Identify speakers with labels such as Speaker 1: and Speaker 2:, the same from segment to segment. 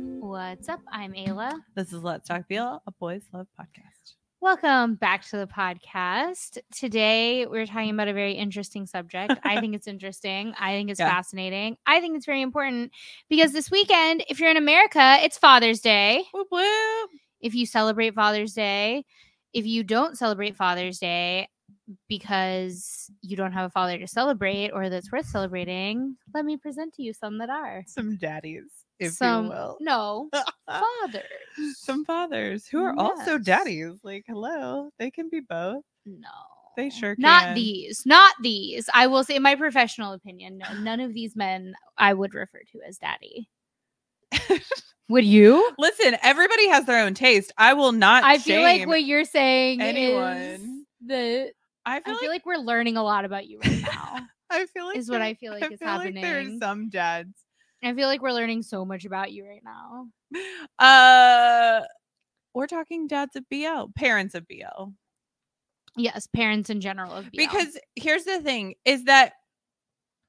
Speaker 1: What's Up. I'm Ayla.
Speaker 2: This is Let's Talk Beal, a boys love podcast.
Speaker 1: Welcome back to the podcast. Today we're talking about a very interesting subject. I think it's interesting. I think it's
Speaker 2: Yeah.
Speaker 1: fascinating. I think it's very important because this weekend, if you're in America, it's Father's Day.
Speaker 2: Whoop whoop.
Speaker 1: If you celebrate Father's Day, if you don't celebrate Father's Day because you don't have a father to celebrate or that's worth celebrating, let me present to you some that are.
Speaker 2: Some daddies, if
Speaker 1: some
Speaker 2: you will.
Speaker 1: no fathers.
Speaker 2: Some fathers who are also
Speaker 1: Yes.
Speaker 2: daddies. Like, hello, they can be both.
Speaker 1: No.
Speaker 2: They sure
Speaker 1: Not
Speaker 2: can.
Speaker 1: these. Not these. I will say in my professional opinion, no, none of these men I would refer to as daddy. would you?
Speaker 2: Listen, everybody has their own taste. I will not.
Speaker 1: I feel like
Speaker 2: shame
Speaker 1: what you're saying is
Speaker 2: anyone.
Speaker 1: the
Speaker 2: I feel,
Speaker 1: I
Speaker 2: like,
Speaker 1: feel like we're learning a lot about you right now.
Speaker 2: I feel like
Speaker 1: is what
Speaker 2: there-
Speaker 1: I feel like is
Speaker 2: there are
Speaker 1: happening.
Speaker 2: some dads.
Speaker 1: I feel like we're learning so much about you right now.
Speaker 2: Uh, we're talking dads of BL, parents of BL.
Speaker 1: Yes, parents in general of BL.
Speaker 2: because here's the thing is that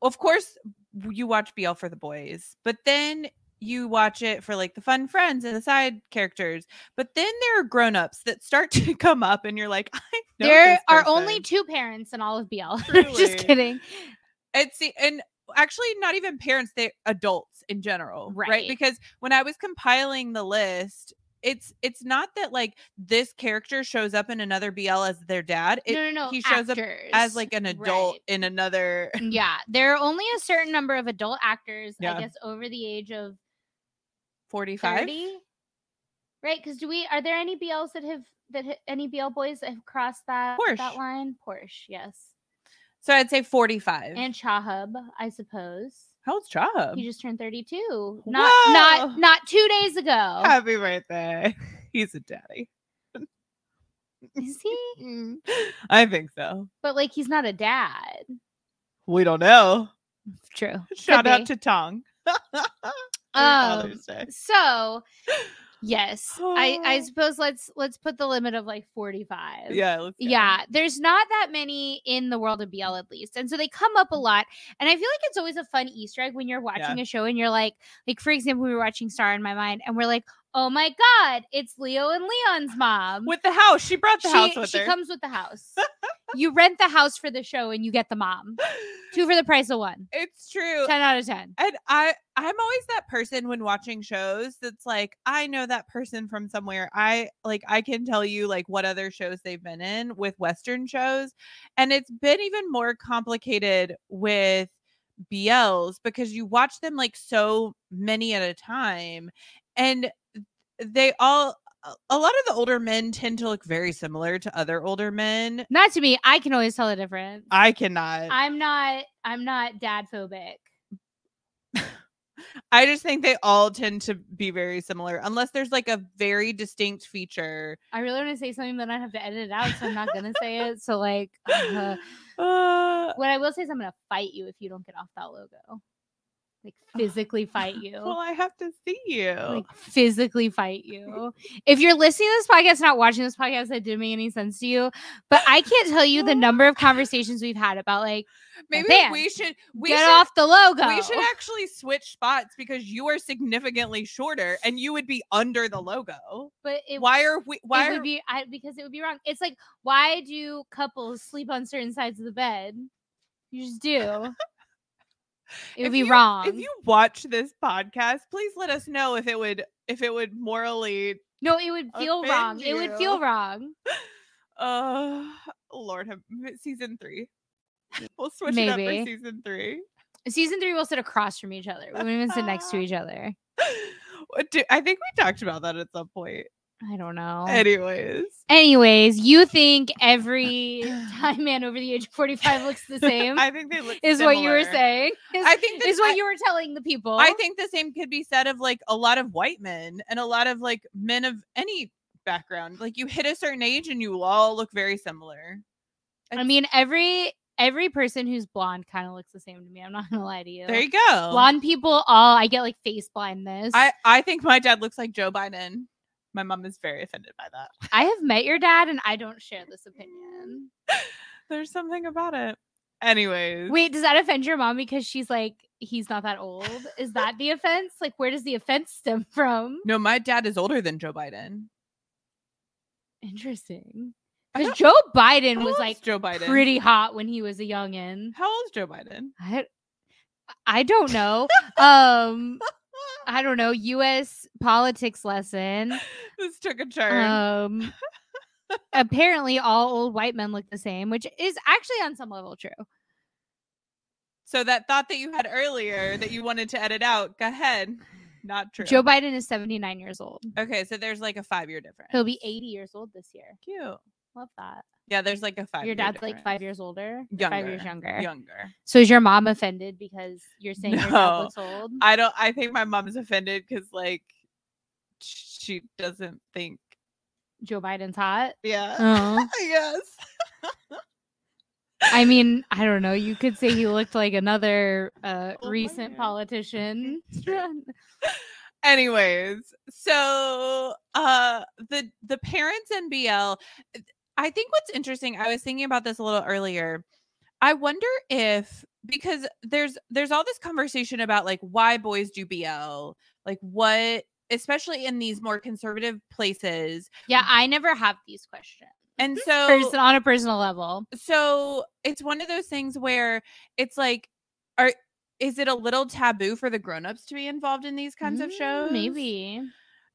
Speaker 2: of course w- you watch BL for the boys, but then you watch it for like the fun friends and the side characters. But then there are grown-ups that start to come up and you're like, I know
Speaker 1: there
Speaker 2: this
Speaker 1: are only
Speaker 2: person."
Speaker 1: two parents in all of BL.
Speaker 2: Truly.
Speaker 1: Just kidding.
Speaker 2: it's the- and actually not even parents, they adults in general.
Speaker 1: Right.
Speaker 2: right. Because when I was compiling the list, it's it's not that like this character shows up in another BL as their dad. It,
Speaker 1: no, no, no.
Speaker 2: he shows up as
Speaker 1: actors.
Speaker 2: like an adult
Speaker 1: Right.
Speaker 2: in another
Speaker 1: yeah, there are only a certain number of adult actors,
Speaker 2: Yeah.
Speaker 1: I guess, over the age of
Speaker 2: 45
Speaker 1: thirty, right? Because do we are there any BLs that have that ha- any BL boys that have crossed that
Speaker 2: Porsche.
Speaker 1: that line? Porsche, yes,
Speaker 2: So I'd say 45.
Speaker 1: and Chahub, I suppose.
Speaker 2: How old's Chahab?
Speaker 1: He just turned thirty-two. Not not
Speaker 2: Whoa.
Speaker 1: not two days ago.
Speaker 2: Happy birthday. He's a daddy.
Speaker 1: Is he?
Speaker 2: I think so.
Speaker 1: But like, he's not a dad.
Speaker 2: We don't know.
Speaker 1: True.
Speaker 2: Shout out
Speaker 1: be.
Speaker 2: to Tong. Happy
Speaker 1: Um,
Speaker 2: Father's Day.
Speaker 1: so yes, I I
Speaker 2: Oh.
Speaker 1: suppose let's let's put the limit of like forty-five.
Speaker 2: Yeah. let's go.
Speaker 1: Yeah, there's not that many in the world of BL at least. And so they come up a
Speaker 2: Mm-hmm.
Speaker 1: lot. And I feel like it's always a fun Easter egg when you're watching a show and you're like, like for example, we were watching Star in My Mind and we're like, oh my God, it's Leo and Leon's mom.
Speaker 2: With the house. She brought the
Speaker 1: she
Speaker 2: house with
Speaker 1: she
Speaker 2: her.
Speaker 1: comes with the house. you rent the house for the show and you get the mom. Two for the price of one.
Speaker 2: it's true.
Speaker 1: 10 out of 10.
Speaker 2: And I, I'm always that person when watching shows that's like, I know that person from somewhere. I like, I can tell you like what other shows they've been in with Western shows, and it's been even more complicated with BLs because you watch them like so many at a time, and they all. a- A lot of the older men tend to look very similar to other older men.
Speaker 1: Not to me. I can always tell the difference.
Speaker 2: I cannot.
Speaker 1: I'm not I'm not dad phobic.
Speaker 2: I just think they all tend to be very similar, unless there's like a very distinct feature.
Speaker 1: I really want to say something, but I have to edit it out, so I'm not gonna say it. So like uh,
Speaker 2: Uh,
Speaker 1: What I will say is, I'm gonna fight you if you don't get off that logo. Like physically fight
Speaker 2: well,
Speaker 1: you.
Speaker 2: I have to see you.
Speaker 1: Like physically fight you. If you're listening to this podcast, not watching this podcast, that didn't make any sense to you. But I can't tell you the number of conversations we've had about like
Speaker 2: Maybe
Speaker 1: man,
Speaker 2: we should we
Speaker 1: get
Speaker 2: should,
Speaker 1: off the logo.
Speaker 2: We should actually switch spots because you are significantly shorter and you would be under the logo.
Speaker 1: but it,
Speaker 2: why are we? Why
Speaker 1: it
Speaker 2: are
Speaker 1: would be I, because it would be wrong. It's like why do couples sleep on certain sides of the bed? You just do. It
Speaker 2: If
Speaker 1: would be
Speaker 2: you-
Speaker 1: wrong.
Speaker 2: if you watch this podcast? Please let us know if it would if it would morally.
Speaker 1: no, it would feel wrong.
Speaker 2: offend
Speaker 1: It would feel
Speaker 2: you.
Speaker 1: wrong.
Speaker 2: Uh, Lord, have season three. We'll switch it
Speaker 1: Maybe.
Speaker 2: up for season three.
Speaker 1: Season three, we'll sit across from each other. We won't even sit next to each other.
Speaker 2: What do- I think we talked about that at some point.
Speaker 1: I don't know.
Speaker 2: Anyways,
Speaker 1: Anyways, you think every time man over the age of 45 looks the same?
Speaker 2: I think they look
Speaker 1: is what you were
Speaker 2: similar.
Speaker 1: saying. Is,
Speaker 2: I think
Speaker 1: is
Speaker 2: this
Speaker 1: what
Speaker 2: I-
Speaker 1: you were telling the people.
Speaker 2: I think the same could be said of like a lot of white men and a lot of like men of any background. Like you hit a certain age and you all look very similar.
Speaker 1: I mean, every every person who's blonde kind of looks the same to me. I'm not gonna lie to you.
Speaker 2: There you go.
Speaker 1: Blonde people all I get like face blindness.
Speaker 2: I I think my dad looks like Joe Biden. My mom is very offended by that.
Speaker 1: I have met your dad and I don't share this opinion.
Speaker 2: There's something about it. Anyways.
Speaker 1: Wait, does that offend your mom because she's like, he's not that old? Is that the offense? Like, where does the offense stem from?
Speaker 2: no, my dad is older than Joe Biden.
Speaker 1: Interesting.
Speaker 2: I
Speaker 1: Because
Speaker 2: don't-
Speaker 1: Joe Biden
Speaker 2: How
Speaker 1: was
Speaker 2: old's
Speaker 1: like
Speaker 2: Joe Biden.
Speaker 1: pretty hot when he was a youngin.
Speaker 2: How old's Joe Biden?
Speaker 1: I, I don't know. um, I don't know. U.S. politics lesson.
Speaker 2: this took a turn.
Speaker 1: Um, apparently, all old white men look the same, which is actually on some level true.
Speaker 2: so that thought that you had earlier that you wanted to edit out, go ahead. Not true.
Speaker 1: Joe Biden is 79 years old.
Speaker 2: okay, so there's like a five year difference.
Speaker 1: He'll be 80 years old this year.
Speaker 2: cute.
Speaker 1: Love that.
Speaker 2: Yeah, there's like a five.
Speaker 1: your dad's like five years older, You're five years younger.
Speaker 2: Younger.
Speaker 1: So is your mom offended because you're saying your dad
Speaker 2: No.
Speaker 1: looks old?
Speaker 2: I don't. I think my mom's offended because like she doesn't think.
Speaker 1: Joe Biden's hot.
Speaker 2: Yeah.
Speaker 1: Oh.
Speaker 2: yes.
Speaker 1: I mean, I don't know. You could say he looked like another uh,
Speaker 2: Oh my
Speaker 1: recent
Speaker 2: God.
Speaker 1: politician.
Speaker 2: Anyways, so uh the the parents in BL I think what's interesting, I was thinking about this a little earlier. I wonder if because there's there's all this conversation about like why boys do BL, like what especially in these more conservative places.
Speaker 1: yeah, I never have these questions.
Speaker 2: And so
Speaker 1: Person on a personal level.
Speaker 2: so it's one of those things where it's like are is it a little taboo for the grown-ups to be involved in these kinds of
Speaker 1: Mm,
Speaker 2: shows?
Speaker 1: Maybe.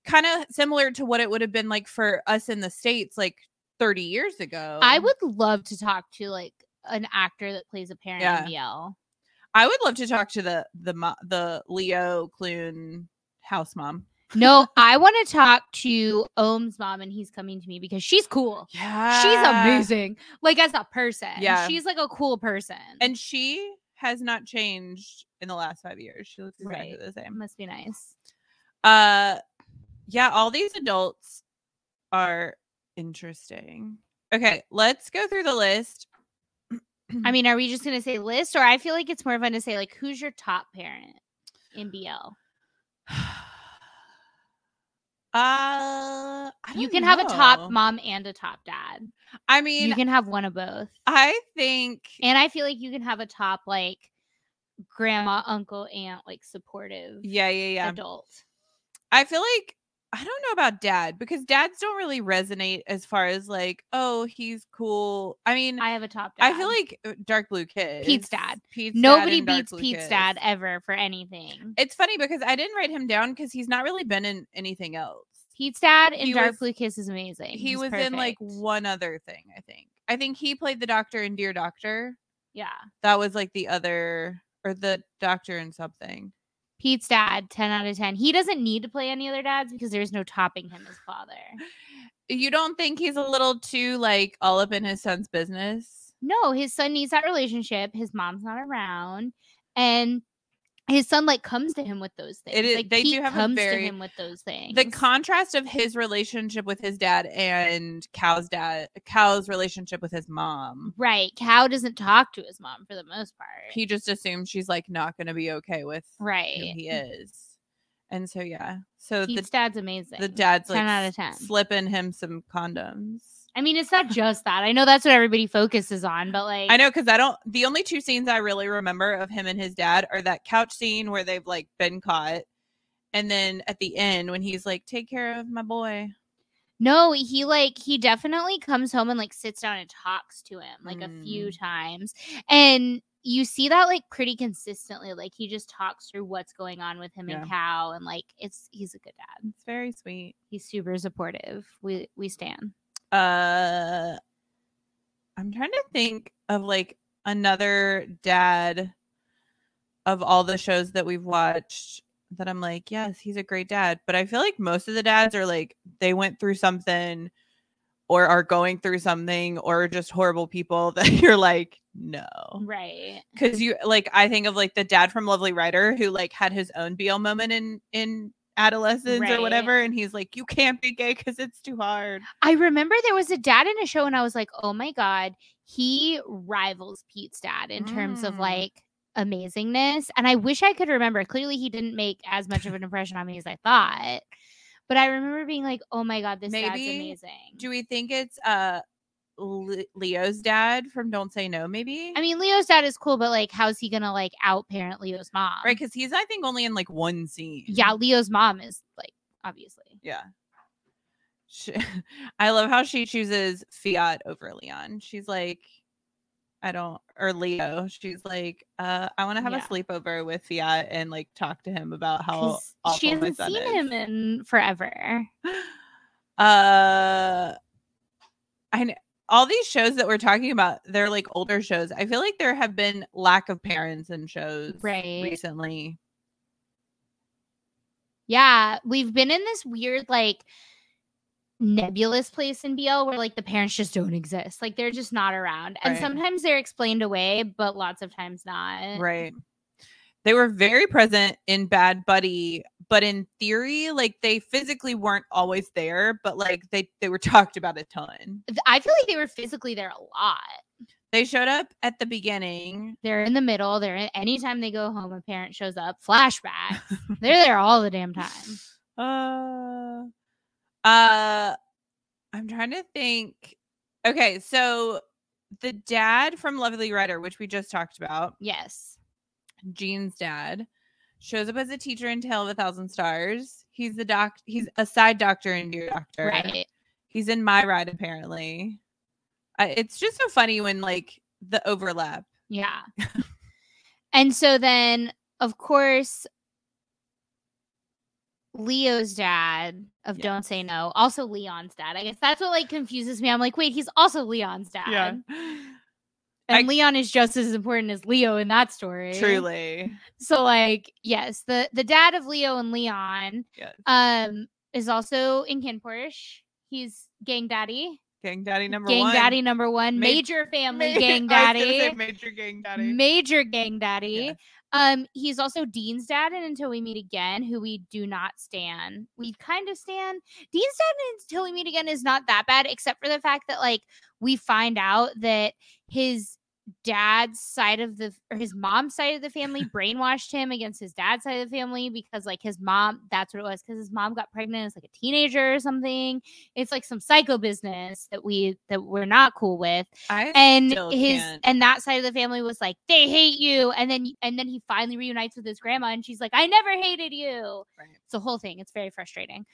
Speaker 2: kind of similar to what it would have been like for us in the states like 30 years ago
Speaker 1: I would love to talk to like an actor that plays a parent
Speaker 2: Yeah.
Speaker 1: in BL.
Speaker 2: i would love to talk to the the mo- the leo clune house mom
Speaker 1: No, I want to talk to Ohm's mom and he's coming to me because she's cool.
Speaker 2: yeah
Speaker 1: She's amazing. Like as a person.
Speaker 2: Uh, Yeah.
Speaker 1: She's like a cool person.
Speaker 2: and she has not changed in the last five years she looks exactly
Speaker 1: Right.
Speaker 2: the same
Speaker 1: must be nice.
Speaker 2: uh yeah all these adults are interesting okay let's go through the list
Speaker 1: I mean, are we just gonna say list or I feel like it's more fun to say like who's your top parent in BL?
Speaker 2: uh I
Speaker 1: You
Speaker 2: don't
Speaker 1: can have a
Speaker 2: know.
Speaker 1: top mom and a top dad.
Speaker 2: i mean
Speaker 1: You can have one of both.
Speaker 2: I think
Speaker 1: And I feel like you can have a top like grandma, uncle, aunt, like supportive
Speaker 2: yeah, yeah, yeah.
Speaker 1: adult.
Speaker 2: I feel like I don't know about dad because dads don't really resonate as far as like, oh, he's cool. I mean, I,
Speaker 1: I have a top dad.
Speaker 2: feel like uh, dark blue kid.
Speaker 1: dad.
Speaker 2: Pete's dad
Speaker 1: nobody
Speaker 2: and Dark
Speaker 1: beats
Speaker 2: Blue
Speaker 1: Pete's
Speaker 2: Kids.
Speaker 1: dad ever for anything.
Speaker 2: It's funny because I didn't write him down because he's not really been in anything else.
Speaker 1: Pete's dad in
Speaker 2: He
Speaker 1: Dark
Speaker 2: was-
Speaker 1: Blue Kiss is amazing.
Speaker 2: He
Speaker 1: He's
Speaker 2: was in like
Speaker 1: perfect.
Speaker 2: one other thing, I think. I think he played the doctor in Dear Doctor.
Speaker 1: yeah.
Speaker 2: That was like the other or the doctor in something.
Speaker 1: Pete's dad, ten out of ten. He doesn't need to play any other dads because there's no topping him as father.
Speaker 2: You don't think he's a little too like all up in his son's business?
Speaker 1: No, his son needs that relationship. His mom's not around, and his son like comes to him with those things.
Speaker 2: It is-
Speaker 1: like
Speaker 2: they do
Speaker 1: Pete
Speaker 2: have a
Speaker 1: comes to
Speaker 2: very-
Speaker 1: him with those things.
Speaker 2: the contrast of his relationship with his dad and Cal's dad, Cal's relationship with his mom.
Speaker 1: right? Cow doesn't talk to his mom for the most part.
Speaker 2: He just assumes she's like not going to be okay with
Speaker 1: right.
Speaker 2: who he is, and so yeah. So
Speaker 1: Pete's dad's amazing.
Speaker 2: the the dad's
Speaker 1: 10
Speaker 2: like
Speaker 1: out of 10.
Speaker 2: slipping him some condoms.
Speaker 1: I mean, it's not just that. I know that's what everybody focuses on, but like,
Speaker 2: I know because I don't. The only two scenes I really remember of him and his dad are that couch scene where they've like been caught, and then at the end when he's like, "Take care of my boy."
Speaker 1: No, he like he definitely comes home and like sits down and talks to him like a few
Speaker 2: Mm.
Speaker 1: times. And you see that like pretty consistently. Like he just talks through what's going on with him and Cow and like it's he's a good dad.
Speaker 2: It's very sweet.
Speaker 1: He's super supportive. We we stand.
Speaker 2: uh i'm trying to think of like another dad of all the shows that we've watched that i'm like yes he's a great dad but i feel like most of the dads are like they went through something or are going through something or are just horrible people that you're like no
Speaker 1: Right.
Speaker 2: because you like i think of like the dad from lovely writer who like had his own bl moment in in adolescence
Speaker 1: Right.
Speaker 2: or whatever and he's like you can't be gay because it's too hard
Speaker 1: I remember there was a dad in a show and I was like, "Oh my god, he rivals Pete's dad in terms of
Speaker 2: Mm.
Speaker 1: like amazingness." And I wish I could remember. Clearly he didn't make as much of an impression on me as I thought. But I remember being like, "Oh my god, this dad's
Speaker 2: Maybe
Speaker 1: amazing."
Speaker 2: Do we think it's uh Le- Leo's dad from Don't Say No, maybe.
Speaker 1: I mean, Leo's dad is cool, but like, how's he gonna like out parent Leo's mom?
Speaker 2: right, because he's I think only in like one scene.
Speaker 1: um Yeah, Leo's mom is like obviously.
Speaker 2: yeah. She- I love how she chooses Fiat over Leon. She's like, I don't, or Leo. She's like, uh, I want to have
Speaker 1: Yeah.
Speaker 2: a sleepover with Fiat and like talk to him about how
Speaker 1: 'Cause
Speaker 2: awful
Speaker 1: she
Speaker 2: my
Speaker 1: hasn't
Speaker 2: son
Speaker 1: seen
Speaker 2: is.
Speaker 1: him in forever.
Speaker 2: uh i know all these shows that we're talking about they're like older shows i feel like there have been lack of parents in shows
Speaker 1: Right.
Speaker 2: recently
Speaker 1: Yeah, we've been in this weird like nebulous place in BL where like the parents just don't exist. Like they're just not around. And
Speaker 2: Right.
Speaker 1: sometimes they're explained away, but lots of times not.
Speaker 2: right they were very present in bad buddy but in theory like they physically weren't always there but like they they were talked about a ton
Speaker 1: Th- I feel like they were physically there a lot.
Speaker 2: they showed up at the beginning
Speaker 1: They're in the middle. They're in, anytime they go home, a parent shows up. Flashback. they're there all the damn time.
Speaker 2: Uh, uh, I'm trying to think. Okay, so the dad from Lovely Rider, which we just talked about,
Speaker 1: Yes.
Speaker 2: Jean's dad, shows up as a teacher in Tale of a Thousand Stars. He's the doc. He's a side doctor in Dear Doctor.
Speaker 1: Right.
Speaker 2: He's in My Ride apparently. I, it's just so funny when like the overlap.
Speaker 1: Yeah. and so then, of course, Leo's dad of
Speaker 2: Yeah.
Speaker 1: Don't Say No, also Leon's dad. I guess that's what like confuses me. I'm like, wait, he's also Leon's dad. And
Speaker 2: I-
Speaker 1: Leon is just as important as Leo in that story.
Speaker 2: Truly.
Speaker 1: So like, yes, the the dad of Leo and Leon
Speaker 2: Yes.
Speaker 1: um is also in Ken Porsche. He's gang daddy.
Speaker 2: Gang Daddy number
Speaker 1: gang
Speaker 2: one.
Speaker 1: daddy number one.
Speaker 2: Ma-
Speaker 1: major family
Speaker 2: Ma-
Speaker 1: gang
Speaker 2: I was gonna
Speaker 1: daddy.
Speaker 2: say Major Gang Daddy.
Speaker 1: Major gang daddy.
Speaker 2: Yes.
Speaker 1: Um, he's also Dean's dad, and until we meet again, who we do not stand. We kind of stand. Dean's dad and until we meet again is not that bad, except for the fact that like we find out that his dad's side of the or his mom's side of the family brainwashed him against his dad's side of the family because like his mom that's what it was because his mom got pregnant as like a teenager or something it's like some psycho business that we that we're not cool with
Speaker 2: I
Speaker 1: and
Speaker 2: still
Speaker 1: his
Speaker 2: can't.
Speaker 1: and that side of the family was like they hate you and then and then he finally reunites with his grandma and she's like i never hated you
Speaker 2: Right.
Speaker 1: it's a whole thing it's very frustrating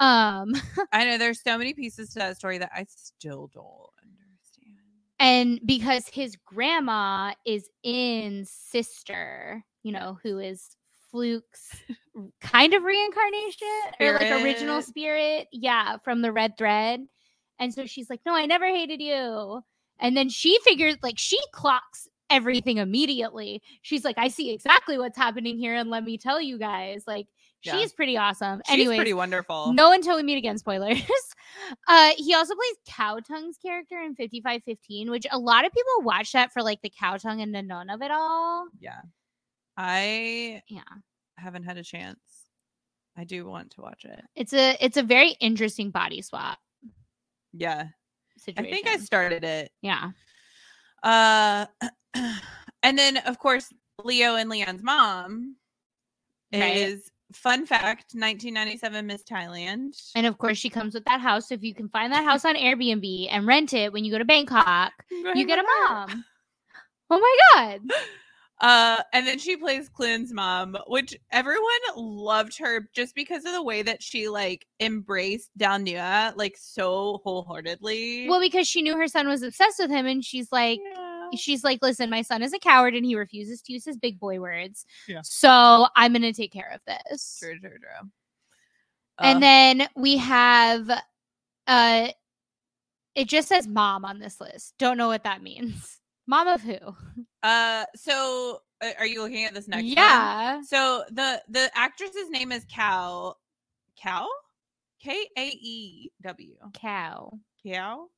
Speaker 1: um
Speaker 2: I know there's so many pieces to that story that I still don't understand.
Speaker 1: and because his grandma is in sister you know who is fluke's kind of reincarnation or like original spirit yeah from the red thread and so she's like no i never hated you and then she figures like she clocks everything immediately she's like i see exactly what's happening here and let me tell you guys like
Speaker 2: Yeah.
Speaker 1: she's pretty awesome
Speaker 2: She's
Speaker 1: Anyways,
Speaker 2: pretty wonderful.
Speaker 1: no until we meet again spoilers. Uh he also plays Cowtongue's character in 5515, which a lot of people watch that for like the Cowtongue and the none of it all.
Speaker 2: Yeah. I
Speaker 1: Yeah.
Speaker 2: haven't had a chance. I do want to watch it.
Speaker 1: It's a it's a very interesting body swap
Speaker 2: Yeah. I
Speaker 1: situation.
Speaker 2: think I started it.
Speaker 1: yeah.
Speaker 2: Uh and then of course Leo and Leon's mom
Speaker 1: Right.
Speaker 2: is fun fact 1997 Miss Thailand.
Speaker 1: And of course she comes with that house. So if you can find that house on Airbnb and rent it when you go to Bangkok, you get a mom. Oh my god.
Speaker 2: Uh, and then she plays Clune's mom, which everyone loved her just because of the way that she like embraced Dalnia like so wholeheartedly.
Speaker 1: Well, because she knew her son was obsessed with him and she's like
Speaker 2: Yeah.
Speaker 1: she's like, listen, my son is a coward and he refuses to use his big boy words.
Speaker 2: Yeah.
Speaker 1: So I'm gonna take care of this.
Speaker 2: true, true, true.
Speaker 1: And
Speaker 2: Uh,
Speaker 1: then we have uh it just says mom on this list. Don't know what that means. Mom of who?
Speaker 2: uh, so uh, are you looking at this next? one?
Speaker 1: yeah.
Speaker 2: So the the actress's name is Cal, Cal, K A E W.
Speaker 1: Cow.
Speaker 2: Cal.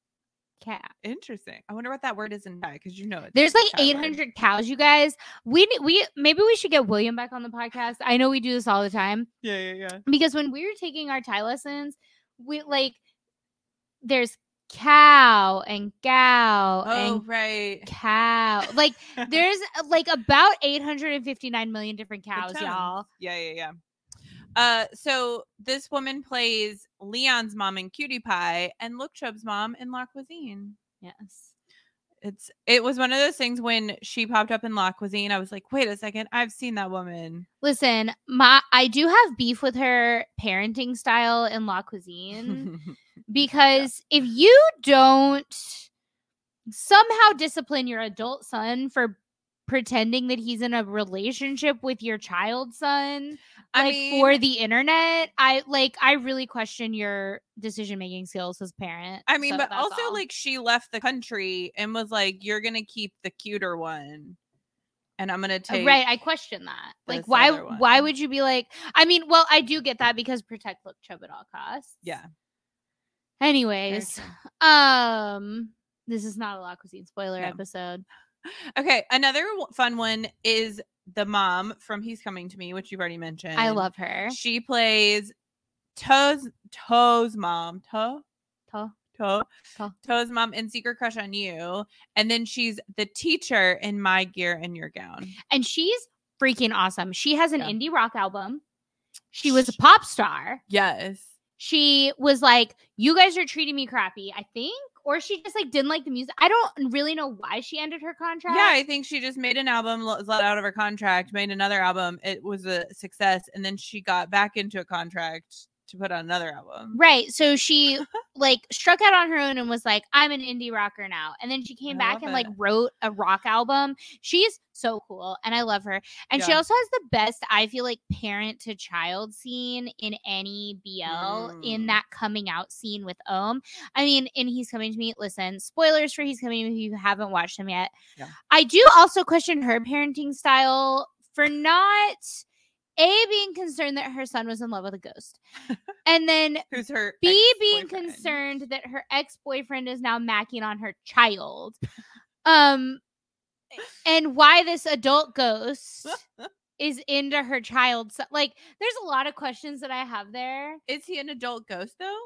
Speaker 1: Cow.
Speaker 2: Interesting. I wonder what that word is in Thai because you know it.
Speaker 1: There's like
Speaker 2: Cow word.
Speaker 1: 800 cows, you guys. We ne- we maybe we should get William back on the podcast. I know we do this all the time
Speaker 2: Yeah, yeah, yeah.
Speaker 1: because when we were taking our Thai lessons, we like there's cow and cow
Speaker 2: Oh,
Speaker 1: and
Speaker 2: right.
Speaker 1: cow. Like there's uh, like about 859 million different
Speaker 2: The
Speaker 1: cows,
Speaker 2: tones.
Speaker 1: y'all.
Speaker 2: Yeah, yeah, yeah. Uh, so this woman plays Leon's mom in Cutie Pie and Look Chubb's mom in La Cuisine.
Speaker 1: Yes.
Speaker 2: It's it was one of those things when she popped up in La Cuisine. I was like, wait a second, I've seen that woman.
Speaker 1: Listen, my I do have beef with her parenting style in La Cuisine because if you don't somehow discipline your adult son for pretending that he's in a relationship with your child son
Speaker 2: I
Speaker 1: like
Speaker 2: mean-
Speaker 1: for the internet i like i really question your decision making skills as parent
Speaker 2: I mean,
Speaker 1: So
Speaker 2: but
Speaker 1: that's
Speaker 2: also
Speaker 1: all.
Speaker 2: like she left the country and was like, "You're gonna keep the cuter one, and I'm gonna
Speaker 1: Uh,
Speaker 2: take."
Speaker 1: right i question that like
Speaker 2: this
Speaker 1: why
Speaker 2: other one.
Speaker 1: why would you be like i mean well i do get that because protect look chub at all costs
Speaker 2: Yeah. very
Speaker 1: anyways
Speaker 2: true.
Speaker 1: um this is not a la cuisine spoiler
Speaker 2: No.
Speaker 1: episode
Speaker 2: Okay. Another w- fun one is the mom from He's Coming to Me, which you've already mentioned.
Speaker 1: i love her
Speaker 2: She plays Toes Toes mom. Toe
Speaker 1: Tall.
Speaker 2: Toe
Speaker 1: Toe.
Speaker 2: Toes mom in Secret Crush on You, and then she's the teacher in My Gear and Your Gown.
Speaker 1: and she's freaking awesome she has an
Speaker 2: Yeah.
Speaker 1: indie rock album she was a pop star
Speaker 2: Yes.
Speaker 1: she was like, "You guys are treating me crappy," I think, or she just like didn't like the music. I don't really know why she ended her contract.
Speaker 2: Yeah, I think she just made an album, l- was let out of her contract, made another album. It was a success, and then she got back into a contract to put on another album.
Speaker 1: right. So she like struck out on her own and was like, "I'm an indie rocker now." And then she came
Speaker 2: I
Speaker 1: back
Speaker 2: love
Speaker 1: and like
Speaker 2: it.
Speaker 1: wrote a rock album. She's so cool, and I love her. And she
Speaker 2: Yeah.
Speaker 1: also has the best, I feel like, parent to child scene in any BL in
Speaker 2: Mm.
Speaker 1: that coming out scene with Ohm. I mean, and he's coming to me. Listen, spoilers for he's coming to me if you haven't watched him yet.
Speaker 2: Yeah.
Speaker 1: I do also question her parenting style for not a being concerned that her son was in love with a ghost, and then
Speaker 2: Who's her
Speaker 1: B being
Speaker 2: ex-boyfriend.
Speaker 1: concerned that her ex-boyfriend is now macking on her child. Um and why this adult ghost is into her child. So, like there's a lot of questions that I have there.
Speaker 2: Is he an adult ghost though?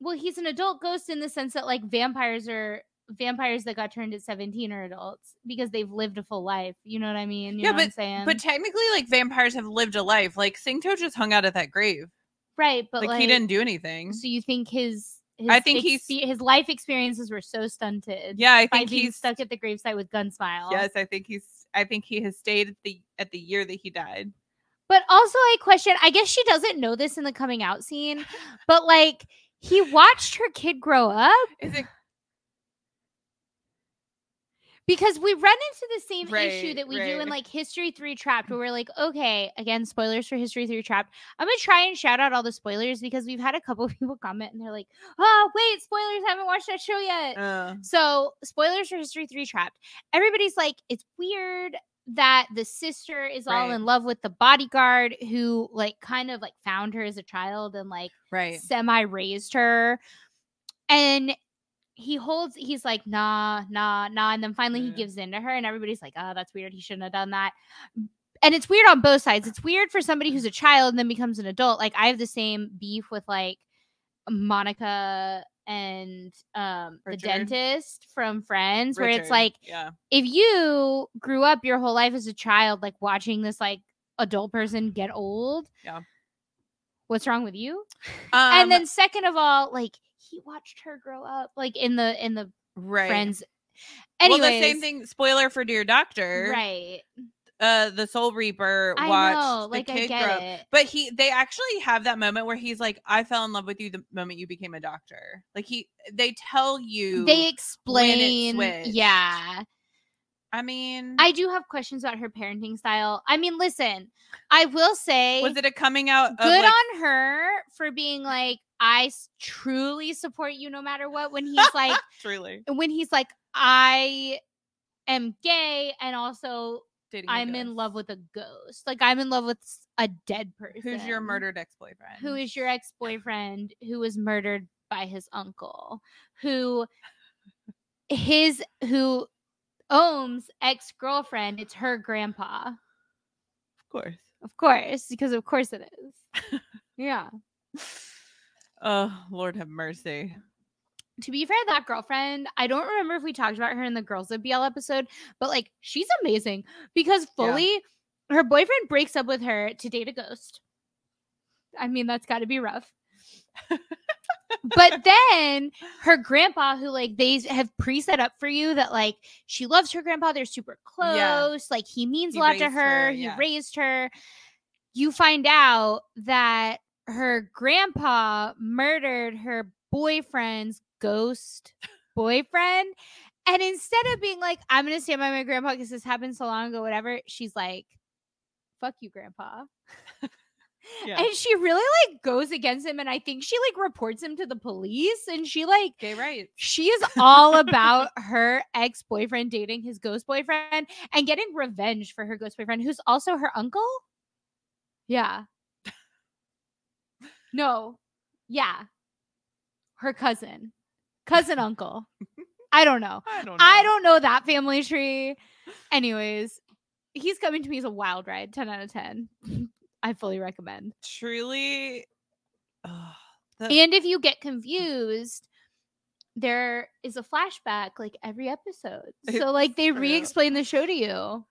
Speaker 1: Well, he's an adult ghost in the sense that like vampires are vampires that got turned at 17 are adults because they've lived a full life. You know what I mean? You
Speaker 2: Yeah,
Speaker 1: know what I'm saying?
Speaker 2: But technically, like vampires have lived a life. Like Singto just hung out at that grave.
Speaker 1: right, but
Speaker 2: Like,
Speaker 1: like,
Speaker 2: he didn't do anything.
Speaker 1: So you think his, his
Speaker 2: I think he's-
Speaker 1: expe- his life experiences were so stunted.
Speaker 2: Yeah, I
Speaker 1: by
Speaker 2: think
Speaker 1: being
Speaker 2: he's
Speaker 1: stuck at the gravesite with gun smile.
Speaker 2: Yes, I think he's. I think he has stayed at the at the year that he died.
Speaker 1: But also I question, I guess she doesn't know this in the coming out scene, but like he watched her kid grow up
Speaker 2: Is it
Speaker 1: because we run into the same issue
Speaker 2: Right,
Speaker 1: that we do in
Speaker 2: right.
Speaker 1: like History 3 Trapped where we're like, okay, again, spoilers for History 3 Trapped. I'm going to try and shout out all the spoilers because we've had a couple people comment and they're like, "Oh, wait, spoilers, I haven't watched that show yet."
Speaker 2: uh,
Speaker 1: So, spoilers for History 3 Trapped. Everybody's like, it's weird that the sister is all
Speaker 2: Right.
Speaker 1: in love with the bodyguard who, like, kind of like found her as a child and like
Speaker 2: right?
Speaker 1: semi raised her. And he holds, he's like, nah, nah, nah. And then finally he
Speaker 2: Yeah.
Speaker 1: gives in to her, and everybody's like, oh, that's weird. He shouldn't have done that. And it's weird on both sides. It's weird for somebody who's a child and then becomes an adult. Like, I have the same beef with like Monica and um, the
Speaker 2: Richard.
Speaker 1: dentist from Friends, where it's
Speaker 2: Richard,
Speaker 1: like,
Speaker 2: yeah,
Speaker 1: if you grew up your whole life as a child, like watching this like adult person get old.
Speaker 2: Yeah.
Speaker 1: What's wrong with you?
Speaker 2: um,
Speaker 1: and then second of all, like he watched her grow up, like in the in the
Speaker 2: right.
Speaker 1: friends. Anyways,
Speaker 2: well, the same thing. Spoiler for Dear Doctor.
Speaker 1: right?
Speaker 2: Uh, the Soul Reaper
Speaker 1: I
Speaker 2: watched
Speaker 1: know,
Speaker 2: the
Speaker 1: like I
Speaker 2: kid
Speaker 1: get
Speaker 2: grow up.
Speaker 1: it.
Speaker 2: But he, they actually have that moment where he's like, "I fell in love with you the moment you became a doctor." Like he, they tell you.
Speaker 1: They explain,
Speaker 2: switched.
Speaker 1: yeah.
Speaker 2: I mean,
Speaker 1: I do have questions about her parenting style. I mean, listen, I will say,
Speaker 2: was it a coming out? Of,
Speaker 1: good
Speaker 2: like,
Speaker 1: on her for being like, I s- truly support you no matter what. When he's like,
Speaker 2: truly
Speaker 1: when he's like, I am gay and also
Speaker 2: dating a
Speaker 1: I'm in
Speaker 2: ghost?
Speaker 1: love with a ghost. Like I'm in love with s- a dead person.
Speaker 2: Who's your murdered ex-boyfriend?
Speaker 1: Who is your ex-boyfriend who was murdered by his uncle? Who his who Ohm's ex-girlfriend, it's her grandpa.
Speaker 2: of course.
Speaker 1: Of course, because of course it is. yeah.
Speaker 2: Oh Lord, have mercy.
Speaker 1: To be fair, that girlfriend, I don't remember if we talked about her in the Girls of BL episode, but like she's amazing because fully her boyfriend breaks up with her to date a ghost. I mean, that's got to be rough. but then her grandpa, who like they have pre-set up for you that like she loves her grandpa, they're super close,
Speaker 2: Yeah.
Speaker 1: like he means
Speaker 2: He
Speaker 1: a lot to
Speaker 2: raised
Speaker 1: her,
Speaker 2: her,
Speaker 1: he
Speaker 2: yeah.
Speaker 1: raised her. You find out that her grandpa murdered her boyfriend's ghost boyfriend. And instead of being like, I'm gonna stand by my grandpa because this happened so long ago, whatever, she's like, fuck you, grandpa.
Speaker 2: Yeah.
Speaker 1: And she really like goes against him. And I think she like reports him to the police and she like
Speaker 2: Gay rights.
Speaker 1: she is all about her ex boyfriend dating his ghost boyfriend and getting revenge for her ghost boyfriend, who's also her uncle. Yeah. No. Yeah. Her cousin, cousin uncle. I don't know.
Speaker 2: I don't know.
Speaker 1: I don't know that family tree. Anyways, he's coming to me as a wild ride, 10 out of 10. I fully recommend.
Speaker 2: truly. Ugh, the-
Speaker 1: And if you get confused, there is a flashback like every episode. So like they
Speaker 2: True.
Speaker 1: re-explain the show to you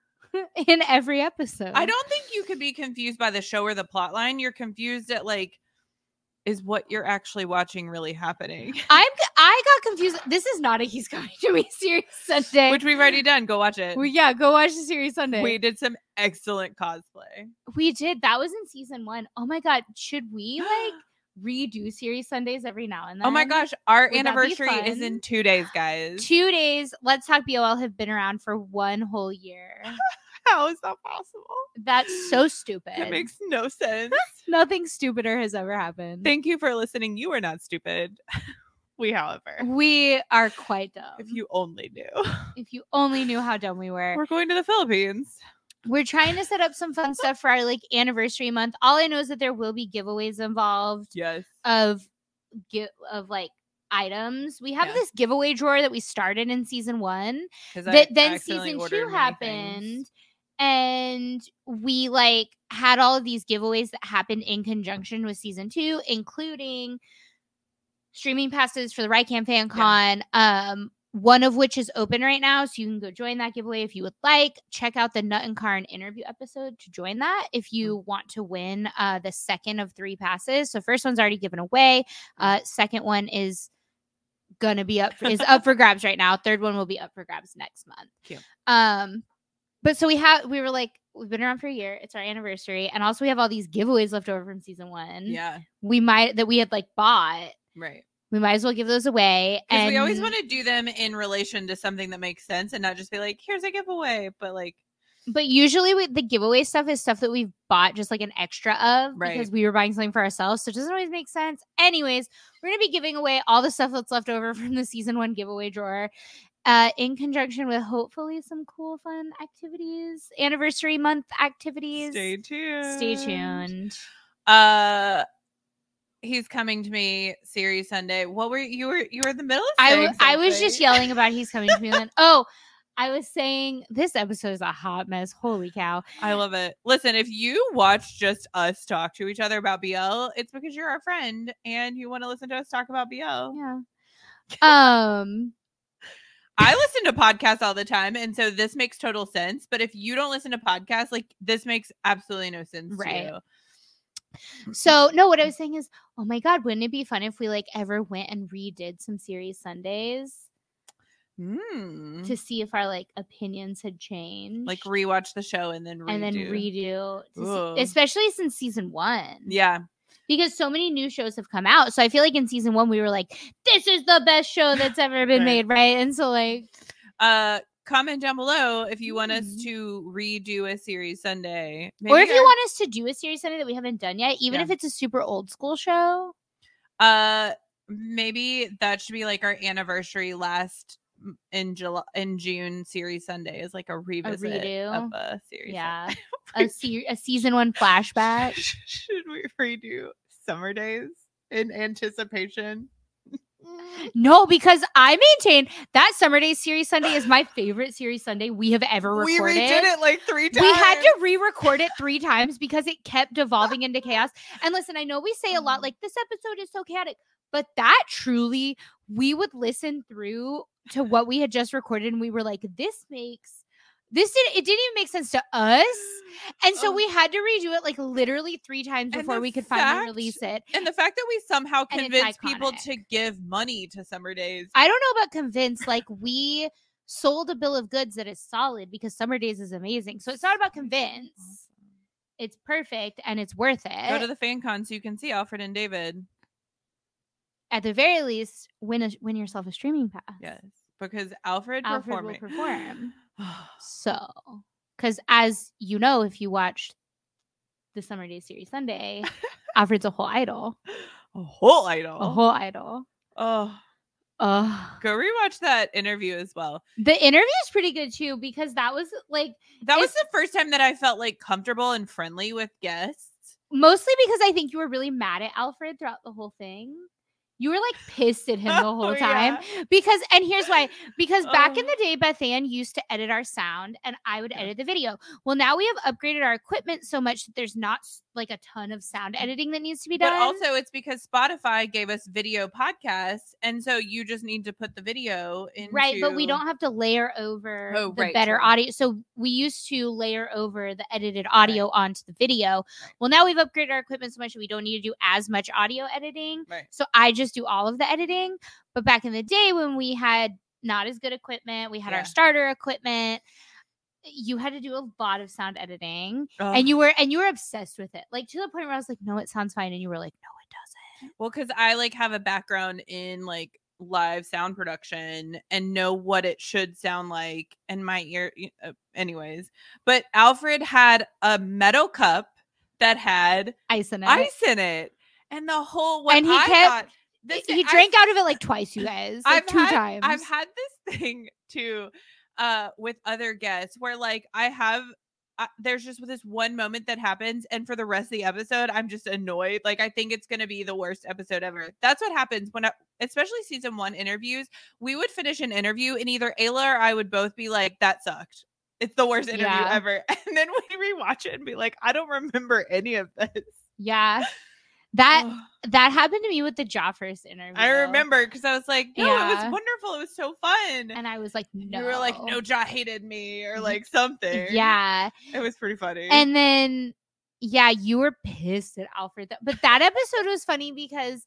Speaker 1: in every episode.
Speaker 2: I don't think you could be confused by the show or the plot line. You're confused at like, is what you're actually watching really happening?
Speaker 1: I'm I got confused. This is not a he's coming to me series Sunday.
Speaker 2: Which we've already done. Go watch it.
Speaker 1: well, yeah, go watch the series Sunday.
Speaker 2: We did some excellent cosplay.
Speaker 1: we did. That was in season one. Oh my god, should we like redo series Sundays every now and then?
Speaker 2: oh my gosh, our
Speaker 1: would that be
Speaker 2: anniversary is
Speaker 1: fun?
Speaker 2: in two days, guys.
Speaker 1: Two days. Let's talk BOL have been around for one whole year.
Speaker 2: How is that possible?
Speaker 1: That's so stupid.
Speaker 2: It makes no sense.
Speaker 1: Nothing stupider has ever happened.
Speaker 2: Thank you for listening. You are not stupid. We, however,
Speaker 1: we are quite dumb.
Speaker 2: if you only knew,
Speaker 1: if you only knew how dumb we were.
Speaker 2: we're going to the Philippines.
Speaker 1: We're trying to set up some fun stuff for our like anniversary month. All I know is that there will be giveaways involved
Speaker 2: Yes.
Speaker 1: of gi- of like items. We have
Speaker 2: Yeah.
Speaker 1: this giveaway drawer that we started in season 1
Speaker 2: 'Cause I
Speaker 1: that then
Speaker 2: accidentally
Speaker 1: season
Speaker 2: ordered many
Speaker 1: 2
Speaker 2: things.
Speaker 1: happened and we like had all of these giveaways that happened in conjunction with season 2 including streaming passes for the Rycam Fan Con. Um, one of which is open right now, so you can go join that giveaway if you would like. Check out the Nut and Karn interview episode to join that
Speaker 2: Mm.
Speaker 1: if you want to win uh, the second of three passes. So first one's already given away. Uh, second one is gonna be up is up for grabs right now. Third one will be up for grabs next month.
Speaker 2: Cute.
Speaker 1: Um, but so we have we were like we've been around for a year. It's our anniversary, and also we have all these giveaways left over from season one.
Speaker 2: Yeah.
Speaker 1: we might that we had like bought
Speaker 2: Right.
Speaker 1: we might as well give those away.
Speaker 2: Because we always
Speaker 1: and-
Speaker 2: want to do them in relation to something that makes sense and not just be like, here's a giveaway, but like,
Speaker 1: but usually we, the giveaway stuff is stuff that we've bought just like an extra of
Speaker 2: Right.
Speaker 1: because we were buying something for ourselves, so it doesn't always make sense. Anyways, we're gonna be giving away all the stuff that's left over from the season one giveaway drawer. Uh, in conjunction with hopefully some cool, fun activities, anniversary month activities.
Speaker 2: stay tuned.
Speaker 1: Stay tuned.
Speaker 2: Uh, he's coming to me series Sunday. What were you were you were in the middle of?
Speaker 1: I,
Speaker 2: saying
Speaker 1: w- I was just
Speaker 2: something.
Speaker 1: yelling about he's coming to me. and then- oh, I was saying this episode is a hot mess. Holy cow!
Speaker 2: I love it. Listen, if you watch just us talk to each other about BL, it's because you're our friend and you want to listen to us talk about BL.
Speaker 1: Yeah. Um.
Speaker 2: I listen to podcasts all the time, and so this makes total sense. But if you don't listen to podcasts, like this makes absolutely no sense
Speaker 1: Right.
Speaker 2: to you.
Speaker 1: So no, what I was saying is, oh my god, wouldn't it be fun if we like ever went and redid some series Sundays
Speaker 2: Mm.
Speaker 1: to see if our like opinions had changed,
Speaker 2: like rewatch the show and then redo.
Speaker 1: and then redo, to
Speaker 2: Ooh.
Speaker 1: see, especially since season one,
Speaker 2: Yeah,
Speaker 1: because so many new shows have come out. So I feel like in season one we were like, this is the best show that's ever been
Speaker 2: Right.
Speaker 1: made, right? And so like,
Speaker 2: uh comment down below if you want us
Speaker 1: Mhm.
Speaker 2: to redo a series sunday
Speaker 1: or if you
Speaker 2: our-
Speaker 1: want us to do a series Sunday that we haven't done yet, even
Speaker 2: Yeah.
Speaker 1: if it's a super old school show,
Speaker 2: uh maybe that should be like our anniversary last m- in july in june series sunday is like a revisit of
Speaker 1: redo.
Speaker 2: a series Oh
Speaker 1: yeah, a, se- a season one flashback.
Speaker 2: should we redo summer days in anticipation
Speaker 1: No, because I maintain that Summer Days series Sunday is my favorite series Sunday we have ever
Speaker 2: we
Speaker 1: recorded.
Speaker 2: redid it like three times
Speaker 1: We had to re-record it three times because it kept devolving into chaos. And listen, I know we say a
Speaker 2: Mm.
Speaker 1: lot like this episode is so chaotic, but that truly we would listen through to what we had just recorded and we were like, this makes this did it didn't even make sense to us. And so
Speaker 2: Oh.
Speaker 1: we had to redo it like literally three times
Speaker 2: And
Speaker 1: before
Speaker 2: the
Speaker 1: we could finally
Speaker 2: fact-
Speaker 1: release it.
Speaker 2: And the fact that we somehow
Speaker 1: And it's
Speaker 2: convinced people
Speaker 1: iconic.
Speaker 2: to give money to summer days.
Speaker 1: I don't know about convince. Like we sold a bill of goods that is solid because Summer Days is amazing. So it's not about convince. It's perfect and it's worth it.
Speaker 2: Go to the fan con so you can see Alfred and David.
Speaker 1: At the very least, win a, win yourself a streaming pass.
Speaker 2: Yes. Because Alfred,
Speaker 1: Alfred will
Speaker 2: performing.
Speaker 1: perform. So, because as you know, if you watched the Summer Days series Sunday, Alfred's a whole idol,
Speaker 2: a whole idol.
Speaker 1: a whole idol.
Speaker 2: oh,
Speaker 1: Ugh.
Speaker 2: go rewatch that interview as well.
Speaker 1: The interview is pretty good too because that was like
Speaker 2: That was the first time that I felt like comfortable and friendly with guests.
Speaker 1: mostly because I think you were really mad at Alfred throughout the whole thing. You were like pissed at him the
Speaker 2: Oh,
Speaker 1: whole time
Speaker 2: yeah.
Speaker 1: because, and here's why because back in
Speaker 2: Oh.
Speaker 1: the day, Beth Ann used to edit our sound and I would
Speaker 2: Yeah.
Speaker 1: edit the video. Well, now we have upgraded our equipment so much that there's not s- like a ton of sound editing that needs to be done.
Speaker 2: Mm. But also, it's because Spotify gave us video podcasts, and so you just need to put the video in.
Speaker 1: right, but we don't have to layer over
Speaker 2: Oh,
Speaker 1: the
Speaker 2: right,
Speaker 1: better
Speaker 2: true.
Speaker 1: audio. So we used to layer over the edited audio onto the video. Well, now we've upgraded our equipment so much that we don't need to do as much audio editing.
Speaker 2: Right.
Speaker 1: So I just do all of the editing. But back in the day when we had not as good equipment, we had
Speaker 2: Yeah.
Speaker 1: our starter equipment. You had to do a lot of sound editing,
Speaker 2: Ugh.
Speaker 1: and you were and you were obsessed with it, like to the point where I was like, "No, it sounds fine," and you were like, "No, it doesn't."
Speaker 2: Well, because I like have a background in like live sound production and know what it should sound like in my ear. y- uh, Anyways, but Alfred had a metal cup that had
Speaker 1: Ice in it.
Speaker 2: ice in it, and the whole what
Speaker 1: And he
Speaker 2: I
Speaker 1: kept-
Speaker 2: thought- this
Speaker 1: he
Speaker 2: I-
Speaker 1: drank out of it like twice, you guys, like
Speaker 2: I've
Speaker 1: two
Speaker 2: had-
Speaker 1: times.
Speaker 2: I've had this thing too uh with other guests where like I have I there's just this one moment that happens and for the rest of the episode I'm just annoyed like I think it's going to be the worst episode ever. That's what happens when I, especially season 1 interviews, we would finish an interview and either Ayla or I would both be like that sucked. It's the worst interview
Speaker 1: Yeah.
Speaker 2: ever. And then we rewatch it and be like I don't remember any of this.
Speaker 1: yeah, that
Speaker 2: Ugh.
Speaker 1: that happened to me with the Joffers interview.
Speaker 2: I remember cuz I was like, no, it
Speaker 1: Yeah.
Speaker 2: was wonderful. It was so fun.
Speaker 1: and I was like, "No,
Speaker 2: You were like, no, Ja hated me, or like something.
Speaker 1: yeah."
Speaker 2: It was pretty funny.
Speaker 1: And then, yeah, you were pissed at Alfred. tho- But that episode was funny because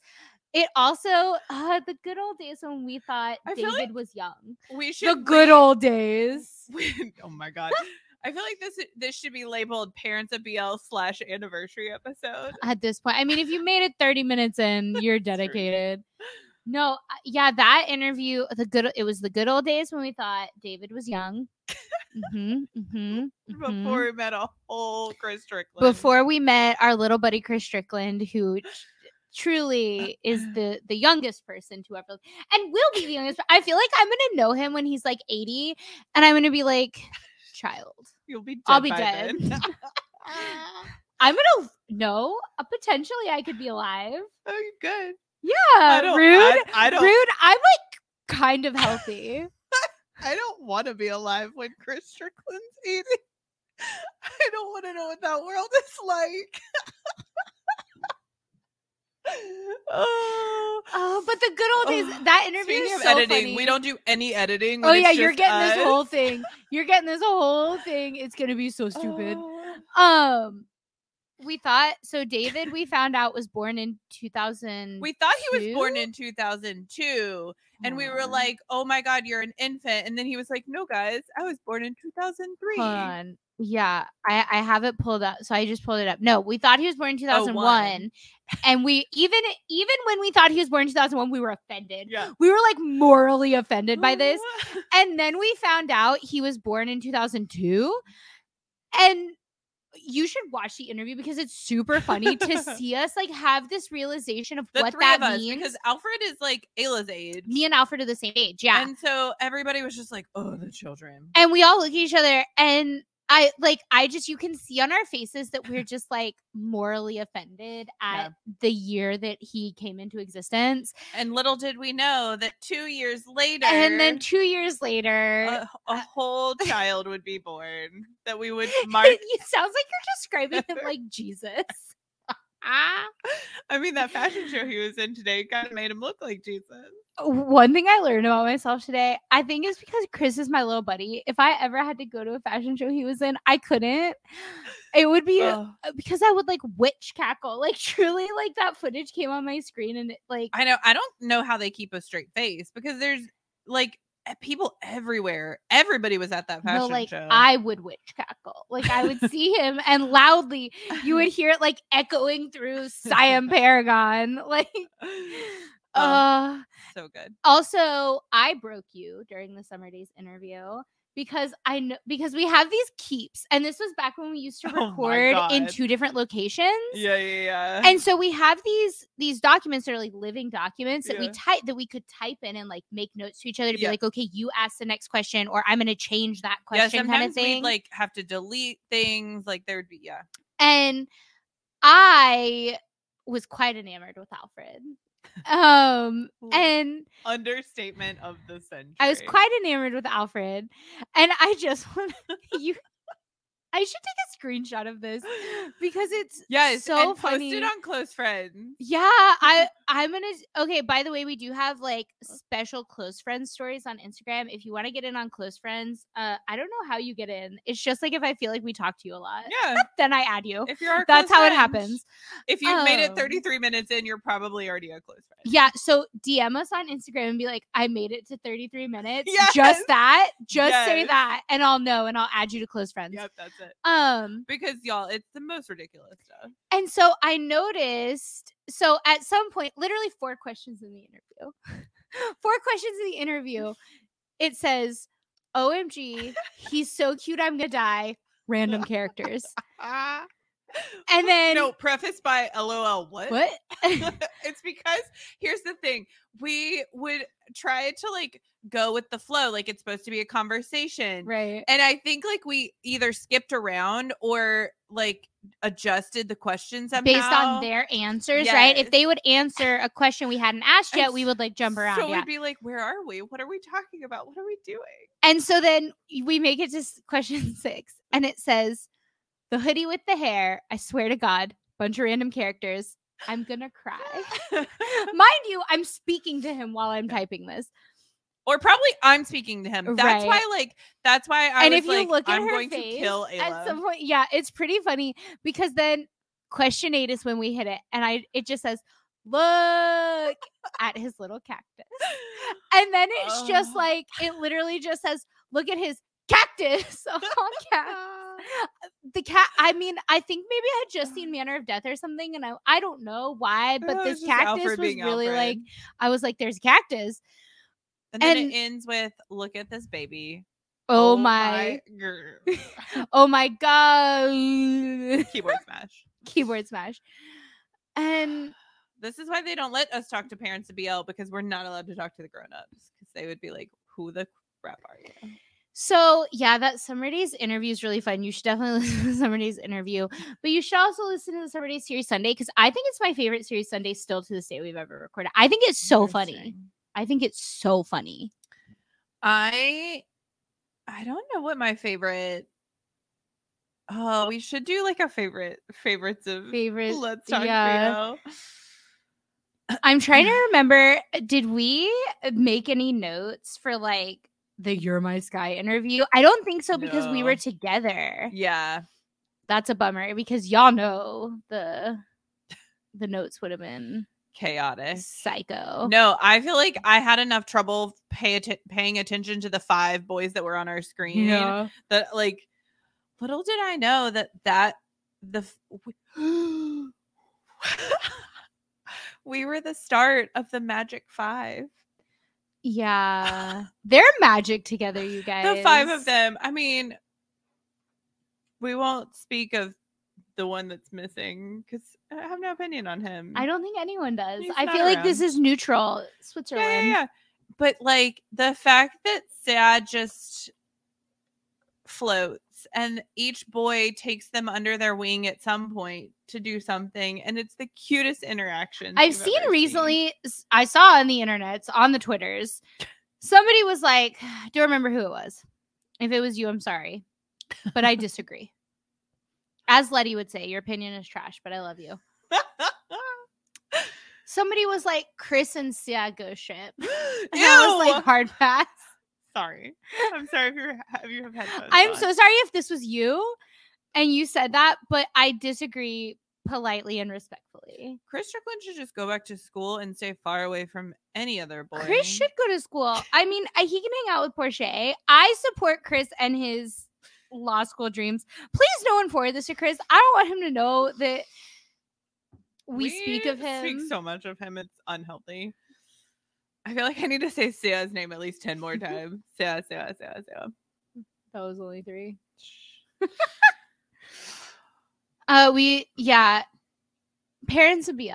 Speaker 1: it also, uh, the good old days when we thought
Speaker 2: I feel
Speaker 1: David
Speaker 2: like
Speaker 1: was young.
Speaker 2: we
Speaker 1: The
Speaker 2: should.
Speaker 1: good old days.
Speaker 2: oh my god. I feel like this this should be labeled "Parents of BL" slash anniversary episode.
Speaker 1: At this point, I mean, if you made it 30 minutes in, you're
Speaker 2: That's true.
Speaker 1: dedicated. No, uh, yeah, that interview, the good, it was the good old days when we thought David was young. hmm hmm
Speaker 2: Before we met a whole Chris Strickland.
Speaker 1: before we met our little buddy Chris Strickland, who t- truly is the the youngest person to ever and will be the youngest. I feel like I'm gonna know him when he's like 80, and I'm gonna be like, child.
Speaker 2: you'll be dead.
Speaker 1: I'll be
Speaker 2: by
Speaker 1: dead.
Speaker 2: then.
Speaker 1: I'm gonna no. Uh, potentially, I could be alive.
Speaker 2: oh, you're good. I
Speaker 1: Yeah,
Speaker 2: don't.
Speaker 1: Uh, rude,
Speaker 2: I, I don't.
Speaker 1: rude. I'm like kind of healthy.
Speaker 2: I don't want to be alive when Chris Strickland's eating. I don't want to know what that world is like. oh.
Speaker 1: oh, but the good old days.
Speaker 2: Oh,
Speaker 1: That interview
Speaker 2: Speaking
Speaker 1: is
Speaker 2: of
Speaker 1: so
Speaker 2: editing,
Speaker 1: funny.
Speaker 2: we don't do any editing.
Speaker 1: Oh
Speaker 2: when it's
Speaker 1: yeah, you're
Speaker 2: just
Speaker 1: getting this
Speaker 2: us.
Speaker 1: whole thing. You're getting this whole thing. It's gonna be so stupid.
Speaker 2: Oh.
Speaker 1: Um, we thought so. David, we found out was born in 2000.
Speaker 2: We thought he was born in 2002, and we were like, "Oh my God, you're an infant!" And then he was like, "No, guys, I was born in 2003."
Speaker 1: Hold on. Yeah, I I have it pulled up, so I just pulled it up. No, we thought he was born in
Speaker 2: Oh,
Speaker 1: 2001, and we even even when we thought he was born in 2001, we were offended.
Speaker 2: Yeah.
Speaker 1: We were like morally offended by this, and then we found out he was born in 2002, and you should watch the interview because it's super funny to see us like have this realization of
Speaker 2: The
Speaker 1: what
Speaker 2: three
Speaker 1: that
Speaker 2: of us,
Speaker 1: means.
Speaker 2: because Alfred is like Ayla's age,
Speaker 1: me and Alfred are the same age. Yeah.
Speaker 2: and so everybody was just like, "Oh, the children."
Speaker 1: and we all look at each other and I like I just you can see on our faces that we're just like morally offended at
Speaker 2: Yeah.
Speaker 1: the year that he came into existence.
Speaker 2: And little did we know that two years later,
Speaker 1: And then 2 years later
Speaker 2: a, a whole child would be born that we would mark
Speaker 1: it sounds like you're describing him like Jesus.
Speaker 2: I mean, that fashion show he was in today kind of made him look like Jesus.
Speaker 1: One thing I learned about myself today, I think it's because Chris is my little buddy. If I ever had to go to a fashion show he was in, I couldn't. It would be
Speaker 2: Ugh.
Speaker 1: uh, because I would like witch cackle. Like truly, like that footage came on my screen and it like
Speaker 2: I know. I don't know how they keep a straight face because there's like eh, people everywhere. Everybody was at that
Speaker 1: no,
Speaker 2: fashion
Speaker 1: like
Speaker 2: show.
Speaker 1: I would witch cackle. Like I would see him and loudly you would hear it like echoing through Siam Paragon. Like
Speaker 2: Oh,
Speaker 1: uh
Speaker 2: so good.
Speaker 1: also i broke you during the summer days interview because i know because we have these keeps and this was back when we used to
Speaker 2: Oh my
Speaker 1: record in
Speaker 2: God.
Speaker 1: two different locations
Speaker 2: Yeah, yeah, yeah.
Speaker 1: and so we have these these documents that are like living documents that we
Speaker 2: Yeah.
Speaker 1: type that we could type in and like make notes to each other to be
Speaker 2: Yeah.
Speaker 1: like okay you ask the next question or i'm going to change that
Speaker 2: yeah,
Speaker 1: question kind of
Speaker 2: sometimes
Speaker 1: thing
Speaker 2: we'd like have to delete things. Like there would be yeah.
Speaker 1: and i was quite enamored with alfred um
Speaker 2: Ooh.
Speaker 1: and
Speaker 2: Understatement of the century.
Speaker 1: I was quite enamored with Alfred, and I just want you. I should take a screenshot of this because it's
Speaker 2: yes,
Speaker 1: so
Speaker 2: and posted
Speaker 1: funny.
Speaker 2: on close friends.
Speaker 1: yeah. I I'm gonna okay. By the way, we do have like
Speaker 2: Uh
Speaker 1: special close friends stories on Instagram. If you want to get in on close friends, uh, I don't know how you get in. It's just like if I feel like we talk to you a lot,
Speaker 2: Yeah,
Speaker 1: then I add you.
Speaker 2: if you're our
Speaker 1: That's
Speaker 2: close
Speaker 1: how it
Speaker 2: friends.
Speaker 1: happens.
Speaker 2: If you've made it
Speaker 1: Um,
Speaker 2: 33 minutes in, you're probably already a close friend.
Speaker 1: Yeah. So DM us on Instagram and be like, I made it to 33 minutes.
Speaker 2: Yes.
Speaker 1: Just that. Just say
Speaker 2: Yes.
Speaker 1: that, and I'll know, and I'll add you to close friends.
Speaker 2: Yep, that's it.
Speaker 1: Um.
Speaker 2: Because y'all, it's the most ridiculous stuff.
Speaker 1: And so I noticed, so at some point, literally four questions in the interview, four questions in the interview, it says, OMG, he's so cute, I'm gonna die. Random characters.
Speaker 2: Ah.
Speaker 1: And then,
Speaker 2: no, preface by LOL. What?
Speaker 1: what?
Speaker 2: it's because here's the thing we would try to like go with the flow, like it's supposed to be a conversation.
Speaker 1: right.
Speaker 2: And I think like we either skipped around or like adjusted the question somehow
Speaker 1: Based on their answers, right? If
Speaker 2: Yes.
Speaker 1: they would answer a question we hadn't asked yet,
Speaker 2: And
Speaker 1: we would like jump around.
Speaker 2: So
Speaker 1: yeah.
Speaker 2: we'd be like, where are we? What are we talking about? What are we doing?
Speaker 1: And so then we make it to s- question six, and it says, "The hoodie with the hair." I swear to God, bunch of random characters. I'm gonna cry. Mind you, I'm speaking to him while I'm typing this.
Speaker 2: or probably I'm speaking to him. That's
Speaker 1: Right.
Speaker 2: why, like, that's why I
Speaker 1: and
Speaker 2: was
Speaker 1: if you
Speaker 2: like,
Speaker 1: look at
Speaker 2: I'm
Speaker 1: her
Speaker 2: going
Speaker 1: face
Speaker 2: to kill
Speaker 1: at some
Speaker 2: Ayla.
Speaker 1: point, yeah, it's pretty funny because then question eight is when we hit it, and I it just says, "Look at his little cactus," and then it's just
Speaker 2: Oh.
Speaker 1: like it literally just says, "Look at his cactus." all caps. the cat i mean i think maybe i had just seen manner of death or something and i, I don't know why but
Speaker 2: That
Speaker 1: this
Speaker 2: Uh, just
Speaker 1: cactus
Speaker 2: Alfred
Speaker 1: was
Speaker 2: being
Speaker 1: really like
Speaker 2: Alfred.
Speaker 1: i was like there's a cactus
Speaker 2: and then
Speaker 1: and-
Speaker 2: it ends with, "Look at this baby."
Speaker 1: oh, my,
Speaker 2: girl.
Speaker 1: oh my god
Speaker 2: keyboard smash.
Speaker 1: keyboard smash and
Speaker 2: This is why they don't let us talk to parents of BL because we're not allowed to talk to the grown-ups because they would be like, "Who the crap are you?"
Speaker 1: so yeah that summer days interview is really fun you should definitely listen to the summer days interview but you should also listen to the summer days series sunday because i think it's my favorite series sunday still to this day we've ever recorded i think it's so funny
Speaker 2: Interesting.
Speaker 1: i think it's so funny
Speaker 2: I, I don't know what my favorite. Oh, we should do like a favorite favorites of
Speaker 1: favorite
Speaker 2: Let's talk BL.
Speaker 1: I'm trying to remember. Did we make any notes for like the You're My Sky interview? I don't think so because we were
Speaker 2: No.
Speaker 1: together.
Speaker 2: Yeah.
Speaker 1: That's a bummer because y'all know the the notes would have been
Speaker 2: chaotic.
Speaker 1: psycho.
Speaker 2: Eh. No, I feel like I had enough trouble pay atten- paying attention to the five boys that were on our screen. That like, little did I know that that the f- w- we were the start of the Magic Five.
Speaker 1: Yeah. They're magic together, you guys.
Speaker 2: The five of them. I mean, we won't speak of the one that's missing because I have no opinion on him.
Speaker 1: I don't think anyone does.
Speaker 2: He's
Speaker 1: I
Speaker 2: not
Speaker 1: feel like this
Speaker 2: around.
Speaker 1: is neutral Switzerland.
Speaker 2: Yeah, yeah, yeah. But like the fact that Sad just floats and each boy takes them under their wing at some point to do something, and it's the cutest interaction.
Speaker 1: I've seen recently, s- I saw on the internets, on the Twitters, somebody was like, I don't remember who it was. If it was you, I'm sorry, but I disagree. As Letty would say, your opinion is trash, but I love you. Somebody was like Chris and Siago ship. And I was
Speaker 2: Ew.
Speaker 1: like hard pass.
Speaker 2: sorry. I'm sorry if you're if you have headphones.
Speaker 1: I'm
Speaker 2: on.
Speaker 1: so sorry if this was you and you said that, but I disagree politely and respectfully.
Speaker 2: Chris Strickland should just go back to school and stay far away from any other boy.
Speaker 1: Chris should go to school. I mean, I- he can hang out with Porsche. I support Chris and his law school dreams. Please, no one forward this to Chris. I don't want him to know that we, speak of him.
Speaker 2: Speak so much of him. It's unhealthy. I feel like I need to say Sarah's name at least ten more times. Sarah, Sarah, Sarah, Sarah.
Speaker 1: that was only three. Uh, we yeah, parents of BL.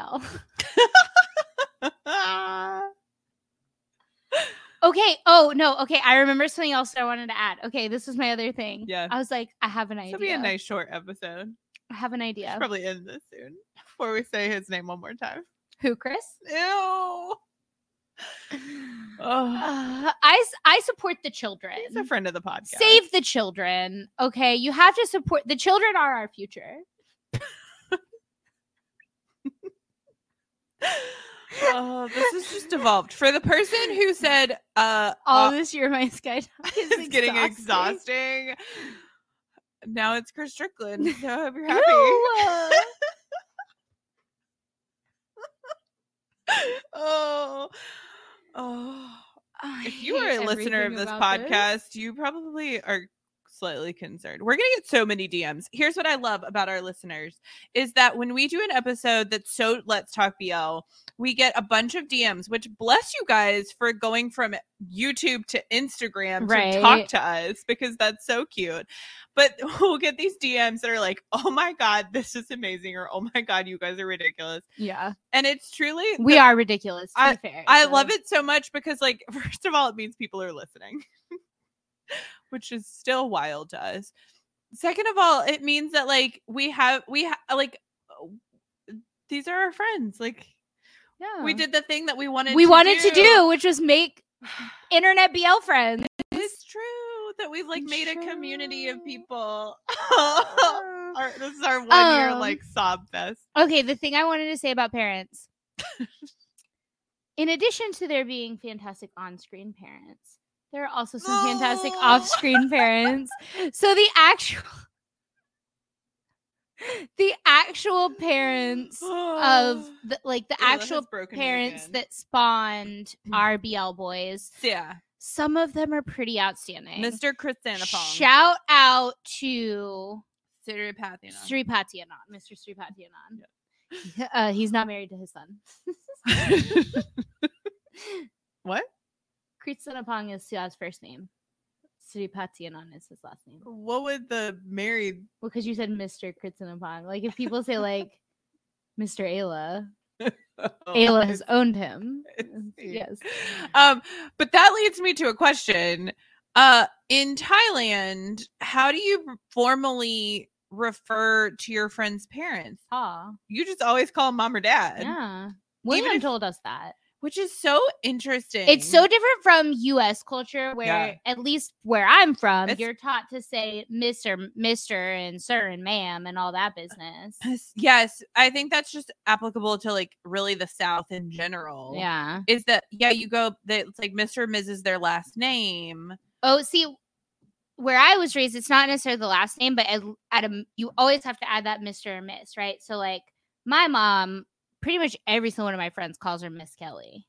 Speaker 2: Ah,
Speaker 1: Okay. Oh no. Okay, I remember something else that I wanted to add. Okay, this was my other thing.
Speaker 2: Yeah.
Speaker 1: I was like, I have an idea.
Speaker 2: It'll be a nice short episode.
Speaker 1: I have an idea.
Speaker 2: Probably end this soon before we say his name one more time.
Speaker 1: Who, Chris?
Speaker 2: Ew. Oh,
Speaker 1: Uh, I s- I support the children.
Speaker 2: he's a friend of the podcast.
Speaker 1: Save the children. Okay, you have to support the children are our future.
Speaker 2: oh, this has just evolved. For the person who said uh
Speaker 1: All
Speaker 2: uh,
Speaker 1: this year, my sky talk is
Speaker 2: it's getting
Speaker 1: exhausting.
Speaker 2: exhausting. Now it's Chris Strickland. So I hope you're happy.
Speaker 1: Ew.
Speaker 2: oh, oh.
Speaker 1: I
Speaker 2: If you
Speaker 1: hate
Speaker 2: are a listener of
Speaker 1: everything
Speaker 2: this
Speaker 1: about
Speaker 2: podcast, you probably are slightly concerned. We're going to get so many DMs. Here's what I love about our listeners is that when we do an episode that's so let's talk BL, we get a bunch of DMs, which bless you guys for going from YouTube to Instagram to talk
Speaker 1: Right.
Speaker 2: to us because that's so cute. But we'll get these DMs that are like, "Oh my god, this is amazing," or "Oh my god, you guys are ridiculous,"
Speaker 1: Yeah,
Speaker 2: and it's truly
Speaker 1: we are ridiculous. To be fair,
Speaker 2: I
Speaker 1: so-
Speaker 2: love it so much because, like, first of all, it means people are listening, which is still wild to us. Second of all, it means that like we have we ha- like oh, these are our friends. Like
Speaker 1: Yeah.
Speaker 2: we did the thing that we wanted.
Speaker 1: we wanted to do, which was make internet BL friends.
Speaker 2: It's true that we've like made a community of
Speaker 1: True.
Speaker 2: people. our, this is our one year
Speaker 1: Um,
Speaker 2: like sob fest.
Speaker 1: Okay, the thing I wanted to say about parents. In addition to there being fantastic on screen parents, there are also some fantastic
Speaker 2: No.
Speaker 1: off screen parents. So the actual the actual parents of the like the actual parents that spawned RBL boys,
Speaker 2: yeah,
Speaker 1: some of them are pretty outstanding.
Speaker 2: Mr. Chris Sanapong.
Speaker 1: Shout out to
Speaker 2: Siripathianon.
Speaker 1: Sri Patianon, Mr. Sri Patianon. Uh, he's not married to his son.
Speaker 2: what?
Speaker 1: Kritsanapong is Sia's first name. Sri Patianon is his last name.
Speaker 2: What would the married?
Speaker 1: Because you said Mr. Kritsanapong. Like if people say like Mr. Ayla,
Speaker 2: Oh.
Speaker 1: Ayla has owned him.
Speaker 2: I see.
Speaker 1: Yes.
Speaker 2: Um, but that leads me to a question. Uh, in Thailand, how do you formally refer to your friend's parents?
Speaker 1: Aw.
Speaker 2: You just always call them mom or dad,
Speaker 1: Yeah. William
Speaker 2: if-
Speaker 1: told us that.
Speaker 2: which is so interesting.
Speaker 1: It's so different from US culture where
Speaker 2: Yeah.
Speaker 1: at least where I'm from,
Speaker 2: It's-
Speaker 1: you're taught to say Mr. Mr. and Sir and Ma'am and all that business.
Speaker 2: Yes, yes, I think that's just applicable to like really the South in general.
Speaker 1: Yeah.
Speaker 2: Is that yeah? You go that it's like Mr. and Mrs. their last name.
Speaker 1: Oh, see, where I was raised, it's not necessarily the last name, but at, at a, you always have to add that Mister or Miss, right? So, like my mom, pretty much every single one of my friends calls her Miss Kelly.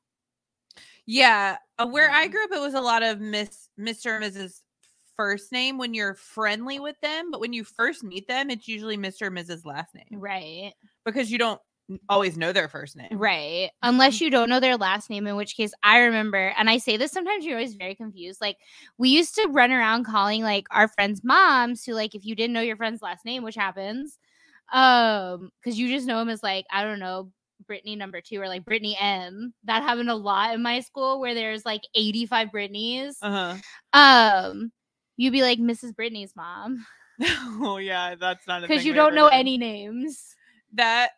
Speaker 2: Yeah, uh, where I
Speaker 1: Yeah.
Speaker 2: grew up, it was a lot of Miss Mr. and Mrs. first name when you're friendly with them, but when you first meet them, it's usually Mr. and Mrs. last name
Speaker 1: Right,
Speaker 2: because you don't n- always know their first name.
Speaker 1: right. Unless you don't know their last name, in which case I remember, and I say this sometimes, you're always very confused. Like we used to run around calling like our friends' moms, who like if you didn't know your friend's last name, which happens, um, because you just know them as like I don't know Brittany number two or like Brittany M. That happened a lot in my school where there's like 85 Britneys.
Speaker 2: Uh huh.
Speaker 1: Um, you'd be like Mrs. Brittany's mom
Speaker 2: oh yeah, that's not a
Speaker 1: because
Speaker 2: thing
Speaker 1: you
Speaker 2: we
Speaker 1: don't
Speaker 2: ever
Speaker 1: know
Speaker 2: did.
Speaker 1: any names.
Speaker 2: that.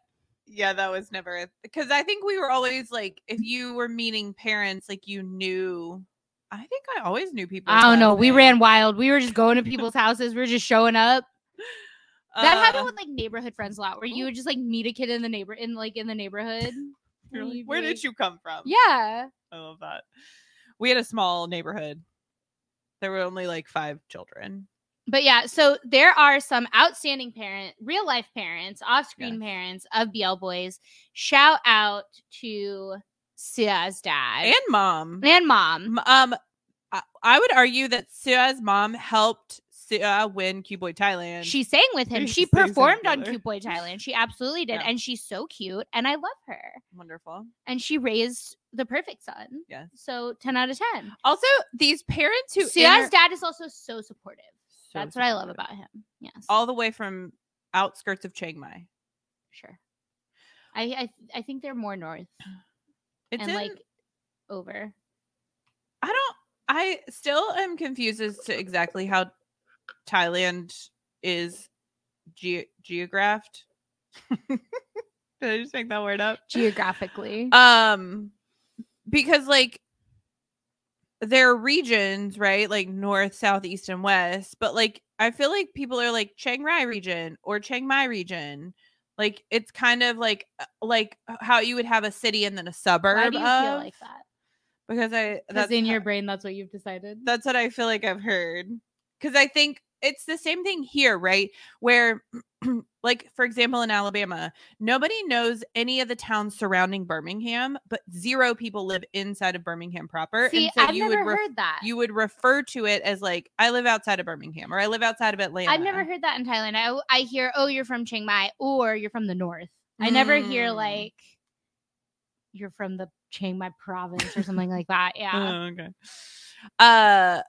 Speaker 2: Yeah, that was never a- because I think we were always like if you were meeting parents, like you knew. I think I always knew people.
Speaker 1: I don't know. We ran wild. We were just going to people's houses. We were just showing up. That happened
Speaker 2: Uh,
Speaker 1: with like neighborhood friends a lot, where you would just like meet a kid in the neighbor in like in the neighborhood.
Speaker 2: you're like,
Speaker 1: You'd be
Speaker 2: Where did
Speaker 1: like-
Speaker 2: you come from?
Speaker 1: Yeah.
Speaker 2: I love Oh, that. We had a small neighborhood. There were only like five children.
Speaker 1: But yeah, so there are some outstanding parent, real life parents, off screen
Speaker 2: Yes.
Speaker 1: parents of BL boys. Shout out to Sia's dad
Speaker 2: And mom.
Speaker 1: and, mom.
Speaker 2: M- Um, I, I would argue that Sua's mom helped Sua win Cute Boy Thailand.
Speaker 1: She sang with him.
Speaker 2: She
Speaker 1: She
Speaker 2: sings in
Speaker 1: performed on
Speaker 2: Taylor.
Speaker 1: Cute Boy Thailand. She absolutely did,
Speaker 2: Yeah.
Speaker 1: and she's so cute, and I love her.
Speaker 2: wonderful.
Speaker 1: And she raised the perfect son.
Speaker 2: Yes.
Speaker 1: So ten out of ten.
Speaker 2: Also, these parents who
Speaker 1: Sia's
Speaker 2: inter-
Speaker 1: dad is also so supportive.
Speaker 2: So
Speaker 1: That's what I love
Speaker 2: supportive.
Speaker 1: about him. Yes.
Speaker 2: all the way from outskirts of Chiang Mai.
Speaker 1: sure. I, I I think they're more north
Speaker 2: It's
Speaker 1: and
Speaker 2: in-
Speaker 1: like over.
Speaker 2: I don't. I still am confused as to exactly how Thailand is ge- geographed. Did I just make that word up?
Speaker 1: geographically.
Speaker 2: um because like there are regions right like north south east and west but like i feel like people are like chiang rai region or chiang mai region like it's kind of like uh, like h- how you would have a city and then a suburb
Speaker 1: Why do you
Speaker 2: of,
Speaker 1: feel like that?
Speaker 2: because i
Speaker 1: Because
Speaker 2: that's
Speaker 1: in
Speaker 2: ho-
Speaker 1: your brain, that's what you've decided.
Speaker 2: that's what i feel like i've heard because i think it's the same thing here right where like for example in alabama nobody knows any of the towns surrounding birmingham but zero people live inside of birmingham proper
Speaker 1: See,
Speaker 2: and so
Speaker 1: I've
Speaker 2: you
Speaker 1: never
Speaker 2: would re-
Speaker 1: heard that.
Speaker 2: you would refer to it as like i live outside of birmingham or i live outside of atlanta
Speaker 1: I've never heard that in Thailand. I I hear, oh, you're from Chiang Mai, or you're from the north. I never hear
Speaker 2: Mm.
Speaker 1: like you're from the Chiang Mai province or something like that. Yeah.
Speaker 2: Oh, okay. Uh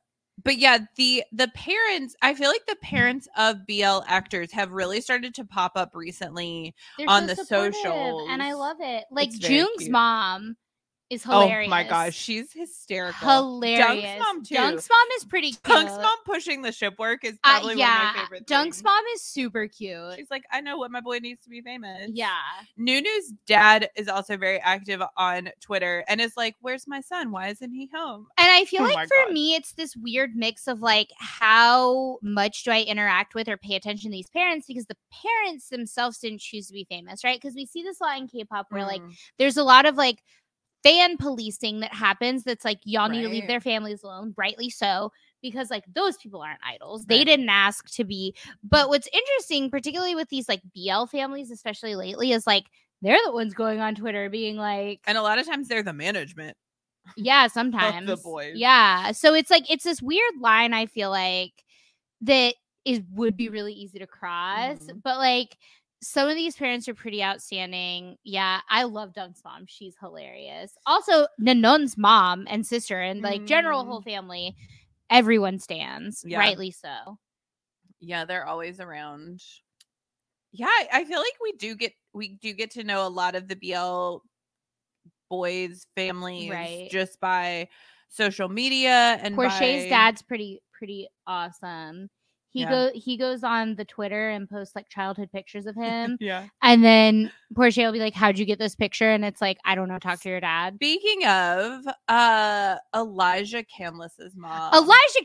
Speaker 2: but yeah, the the parents, I feel like the parents of BL actors have really started to pop up recently.
Speaker 1: They're
Speaker 2: on
Speaker 1: so
Speaker 2: the
Speaker 1: supportive, and I
Speaker 2: socials,
Speaker 1: love it. Like
Speaker 2: it's very
Speaker 1: Jung's
Speaker 2: cute.
Speaker 1: mom is hilarious.
Speaker 2: Oh my gosh, she's hysterical.
Speaker 1: Hilarious.
Speaker 2: mom, too.
Speaker 1: Dunk's mom is pretty cute.
Speaker 2: Punk's mom pushing the ship work is
Speaker 1: Uh,
Speaker 2: probably one
Speaker 1: yeah.
Speaker 2: of my favorite.
Speaker 1: Dunk's
Speaker 2: things.
Speaker 1: mom is super cute.
Speaker 2: She's like, I know what my boy needs to be famous.
Speaker 1: yeah.
Speaker 2: Nunu's dad is also very active on Twitter and is like, Where's my son? Why isn't he home?
Speaker 1: And I feel
Speaker 2: Oh my
Speaker 1: like for
Speaker 2: God.
Speaker 1: me, it's this weird mix of like, how much do I interact with or pay attention to these parents? Because the parents themselves didn't choose to be famous, right? Because we see this a lot in K pop where like
Speaker 2: Mm.
Speaker 1: there's a lot of like fan policing that happens that's like, y'all all need to leave
Speaker 2: Right.
Speaker 1: their families alone, rightly so. Because like those people aren't idols. They
Speaker 2: Right.
Speaker 1: didn't ask to be. But what's interesting, particularly with these like BL families, especially lately, is like they're the ones going on Twitter being like,
Speaker 2: and a lot of times they're the management.
Speaker 1: yeah, sometimes.
Speaker 2: boys.
Speaker 1: Yeah. So it's like it's this weird line I feel like that is would be really easy to cross,
Speaker 2: Mhm.
Speaker 1: but like some of these parents are pretty outstanding. Yeah, I love Dunk's mom. She's hilarious. Also, Nanon's mom and sister and like general
Speaker 2: Mhm.
Speaker 1: whole family, everyone stands,
Speaker 2: Yeah.
Speaker 1: rightly so.
Speaker 2: Yeah, they're always around. Yeah, I- I feel like we do get we do get to know a lot of the BL boys families
Speaker 1: Right.
Speaker 2: just by social media and
Speaker 1: Porsche's
Speaker 2: by-
Speaker 1: dad's pretty pretty awesome. He
Speaker 2: Yeah.
Speaker 1: go he goes on the Twitter and posts like childhood pictures of him.
Speaker 2: Yeah.
Speaker 1: And then Portia will be like, How'd you get this picture? And it's like, I don't know, talk to your dad.
Speaker 2: Speaking of uh Elijah Canless's mom.
Speaker 1: Elijah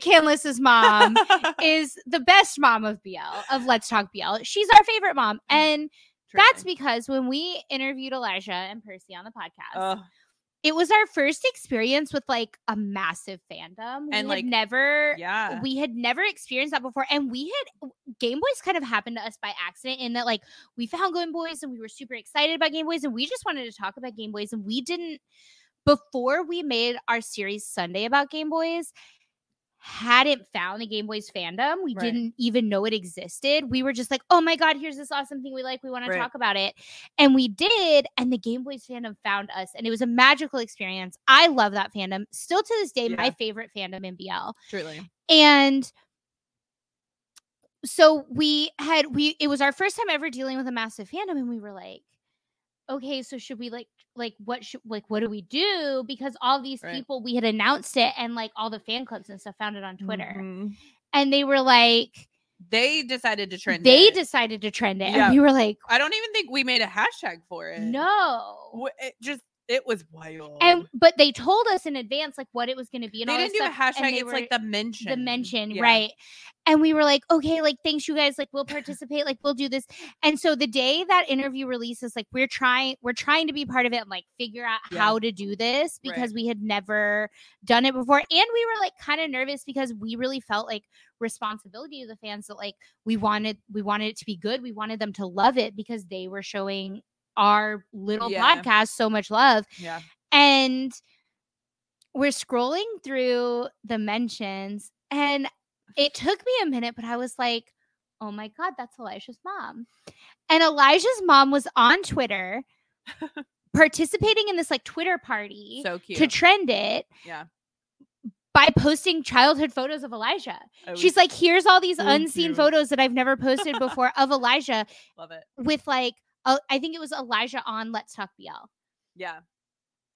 Speaker 1: Canlis's mom is the best mom of BL, of Let's Talk BL. She's our favorite mom.
Speaker 2: Mm,
Speaker 1: And that's
Speaker 2: Truly.
Speaker 1: because when we interviewed Elijah and Percy on the podcast,
Speaker 2: Ugh,
Speaker 1: it was our first experience with like a massive fandom. We
Speaker 2: And,
Speaker 1: had
Speaker 2: like,
Speaker 1: never
Speaker 2: yeah.
Speaker 1: we had never experienced that before and we had game boys kind of happened to us by accident in that like we found game boys and we were super excited about game boys and we just wanted to talk about game boys and we didn't before we made our series sunday about game boys hadn't found the game boys fandom we
Speaker 2: Right.
Speaker 1: didn't even know it existed we were just like oh my god here's this awesome thing we like we want
Speaker 2: Right.
Speaker 1: to talk about it and we did and the game boys fandom found us and it was a magical experience i love that fandom still to this day my
Speaker 2: Yeah.
Speaker 1: favorite fandom in bl
Speaker 2: truly.
Speaker 1: and so we had we it was our first time ever dealing with a massive fandom and we were like okay so should we like like what should like what do we do because all these
Speaker 2: Right.
Speaker 1: people we had announced it and like all the fan clubs and stuff found it on twitter
Speaker 2: Mhm.
Speaker 1: and they were like
Speaker 2: They decided to trend
Speaker 1: they
Speaker 2: it.
Speaker 1: decided to trend it
Speaker 2: Yeah.
Speaker 1: and we were like
Speaker 2: I don't even think we made a hashtag for it.
Speaker 1: no
Speaker 2: Wh- It just it was wild.
Speaker 1: And but they told us in advance like what it was going to be. And
Speaker 2: they
Speaker 1: all
Speaker 2: didn't
Speaker 1: this
Speaker 2: do a
Speaker 1: stuff, and
Speaker 2: hashtag.
Speaker 1: they
Speaker 2: It's
Speaker 1: were-
Speaker 2: like the mention.
Speaker 1: the mention,
Speaker 2: Yeah.
Speaker 1: right? And we were like, okay, like thanks you guys, like we'll participate, like we'll do this. And so the day that interview releases, like we're trying, we're trying to be part of it and like figure out
Speaker 2: Yeah.
Speaker 1: how to do this
Speaker 2: Right.
Speaker 1: because we had never done it before. And we were like kind of nervous because we really felt like responsibility to the fans that like we wanted we wanted it to be good. We wanted them to love it because they were showing our little
Speaker 2: Yeah.
Speaker 1: podcast so much love
Speaker 2: Yeah.
Speaker 1: and we're scrolling through the mentions and it took me a minute but i was like oh my god that's elijah's mom and elijah's mom was on twitter participating in this like twitter party
Speaker 2: So
Speaker 1: to
Speaker 2: cute.
Speaker 1: trend it
Speaker 2: Yeah.
Speaker 1: by posting childhood photos of elijah
Speaker 2: I
Speaker 1: she's like here's all these
Speaker 2: Oh, so
Speaker 1: unseen
Speaker 2: cute.
Speaker 1: photos that i've never posted before of elijah
Speaker 2: love it.
Speaker 1: with like uh, i think it was elijah on let's talk bl
Speaker 2: Yeah.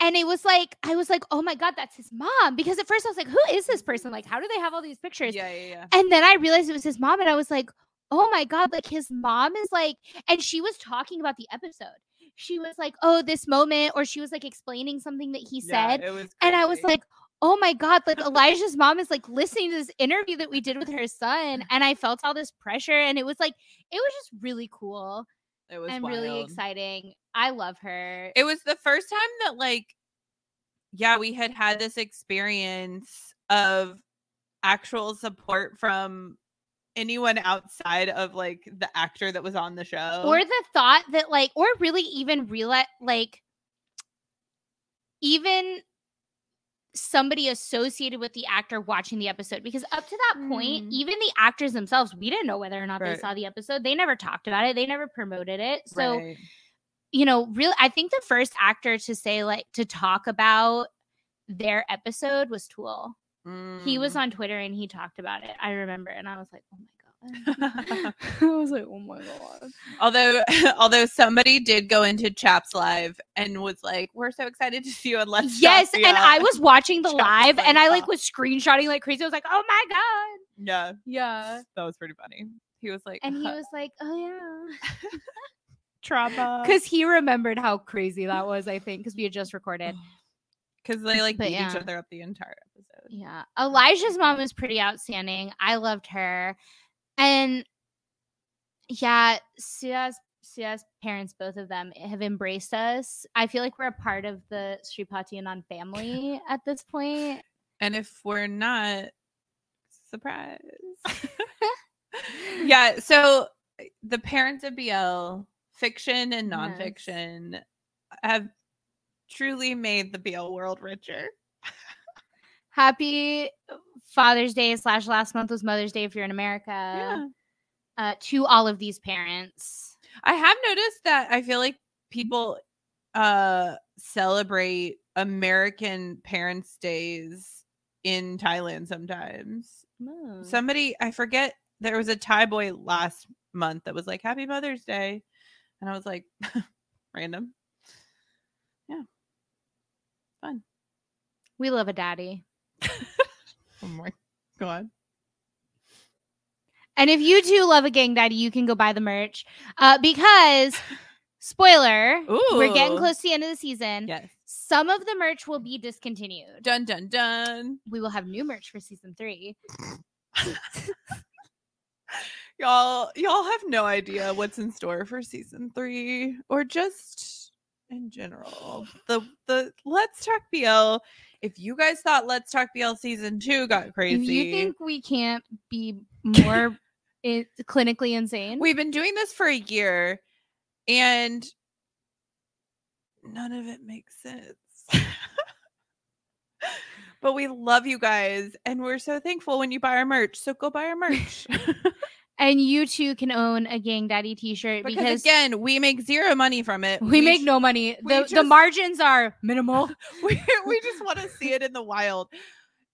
Speaker 1: and it was like i was like oh my god that's his mom because at first i was like who is this person like how do they have all these
Speaker 2: Yeah.
Speaker 1: pictures
Speaker 2: Yeah. Yeah.
Speaker 1: and then i realized it was his mom and i was like oh my god like his mom is like and she was talking about the episode she was like oh this moment or she was like explaining something that he
Speaker 2: Yeah,
Speaker 1: said
Speaker 2: it was
Speaker 1: and i was
Speaker 2: crazy.
Speaker 1: like oh my god like elijah's mom is like listening to this interview that we did with her son and i felt all this pressure and it was like it was just really cool
Speaker 2: it was
Speaker 1: and
Speaker 2: wild.
Speaker 1: really exciting i love her
Speaker 2: It was the first time that, like, yeah, we had had this experience of actual support from anyone outside of like the actor that was on the show.
Speaker 1: or the thought that like or really even realize like even somebody associated with the actor watching the episode because up to that point
Speaker 2: Mm.
Speaker 1: even the actors themselves we didn't know whether or not
Speaker 2: Right.
Speaker 1: they saw the episode they never talked about it they never promoted it so
Speaker 2: Right.
Speaker 1: you know really i think the first actor to say like to talk about their episode was tool he was
Speaker 2: Mm.
Speaker 1: on twitter and he talked about it i remember and i was like oh my god i was like oh my god
Speaker 2: Although, although somebody did go into Chaps Live and was like, "We're so excited to see you," and let's uh, Talk
Speaker 1: yes and
Speaker 2: Real."
Speaker 1: i was watching the
Speaker 2: Just
Speaker 1: live
Speaker 2: like
Speaker 1: and i like
Speaker 2: that.
Speaker 1: was screenshotting like crazy i was like oh my god
Speaker 2: yeah,
Speaker 1: yeah
Speaker 2: that was pretty funny. He was like,
Speaker 1: Uh, and he
Speaker 2: "Huh,
Speaker 1: was like oh yeah
Speaker 2: trauma
Speaker 1: because he remembered how crazy that was i think because we had just recorded
Speaker 2: because they like
Speaker 1: But
Speaker 2: beat each
Speaker 1: yeah.
Speaker 2: other up the entire episode.
Speaker 1: yeah elijah's mom is pretty outstanding i loved her and yeah sia's sia's parents both of them have embraced us i feel like we're a part of the sri patianan family at this point
Speaker 2: And if we're not, surprise. yeah. So eh, the parents of BL fiction and
Speaker 1: Yes.
Speaker 2: nonfiction have truly made the BL world richer.
Speaker 1: happy father's day slash last month was mother's day if you're in america uh, to all of these parents
Speaker 2: I have noticed that I feel like people uh celebrate American Parents Days in Thailand sometimes.
Speaker 1: Mm.
Speaker 2: Somebody I forget there was a Thai boy last month that was like Happy Mother's Day and I was like random.
Speaker 1: we love a daddy
Speaker 2: Oh my god.
Speaker 1: and if you too love a gang daddy you can go buy the merch uh, because spoiler we're getting
Speaker 2: Ooh.
Speaker 1: close to the end of the season
Speaker 2: Yes.
Speaker 1: some of the merch will be discontinued
Speaker 2: Dun dun dun.
Speaker 1: we will have new merch for season three
Speaker 2: Y'all y'all have no idea what's in store for season 3 or just in general. The the Let's Talk BL if you guys thought Let's Talk BL season 2 got
Speaker 1: if you
Speaker 2: crazy.
Speaker 1: think we can't be more i- clinically insane
Speaker 2: We've been doing this for a year and none of it makes sense. but we love you guys and we're so thankful when you buy our merch. So go buy our merch.
Speaker 1: and you too can own a gang daddy t-shirt
Speaker 2: because,
Speaker 1: because
Speaker 2: again, we make zero money from it.
Speaker 1: we make
Speaker 2: j-
Speaker 1: no money.
Speaker 2: we
Speaker 1: The the
Speaker 2: just-
Speaker 1: margins are minimal.
Speaker 2: we, we just want to see it in the wild.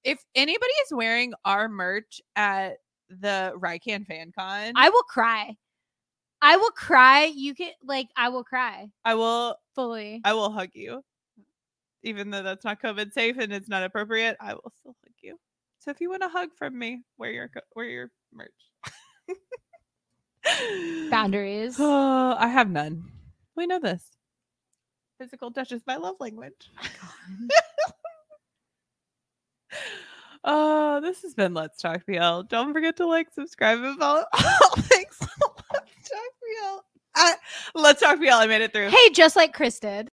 Speaker 2: If anybody is wearing our merch at the Rycan Fan Con, I,
Speaker 1: I will cry. I will cry. You can like I will cry
Speaker 2: will
Speaker 1: fully.
Speaker 2: I will hug you. Even though that's not COVID safe and it's not appropriate, I will still hug you. So if you want a hug from me, wear your co- wear your merch.
Speaker 1: Boundaries.
Speaker 2: Oh, I have none. We know this. Physical touch is my love language. Oh, this has been Let's Talk BL. Don't forget to like, subscribe, and follow. Thanks. Let's Talk BL. Uh, Let's Talk BL. I made it through.
Speaker 1: Hey, just like Chris did.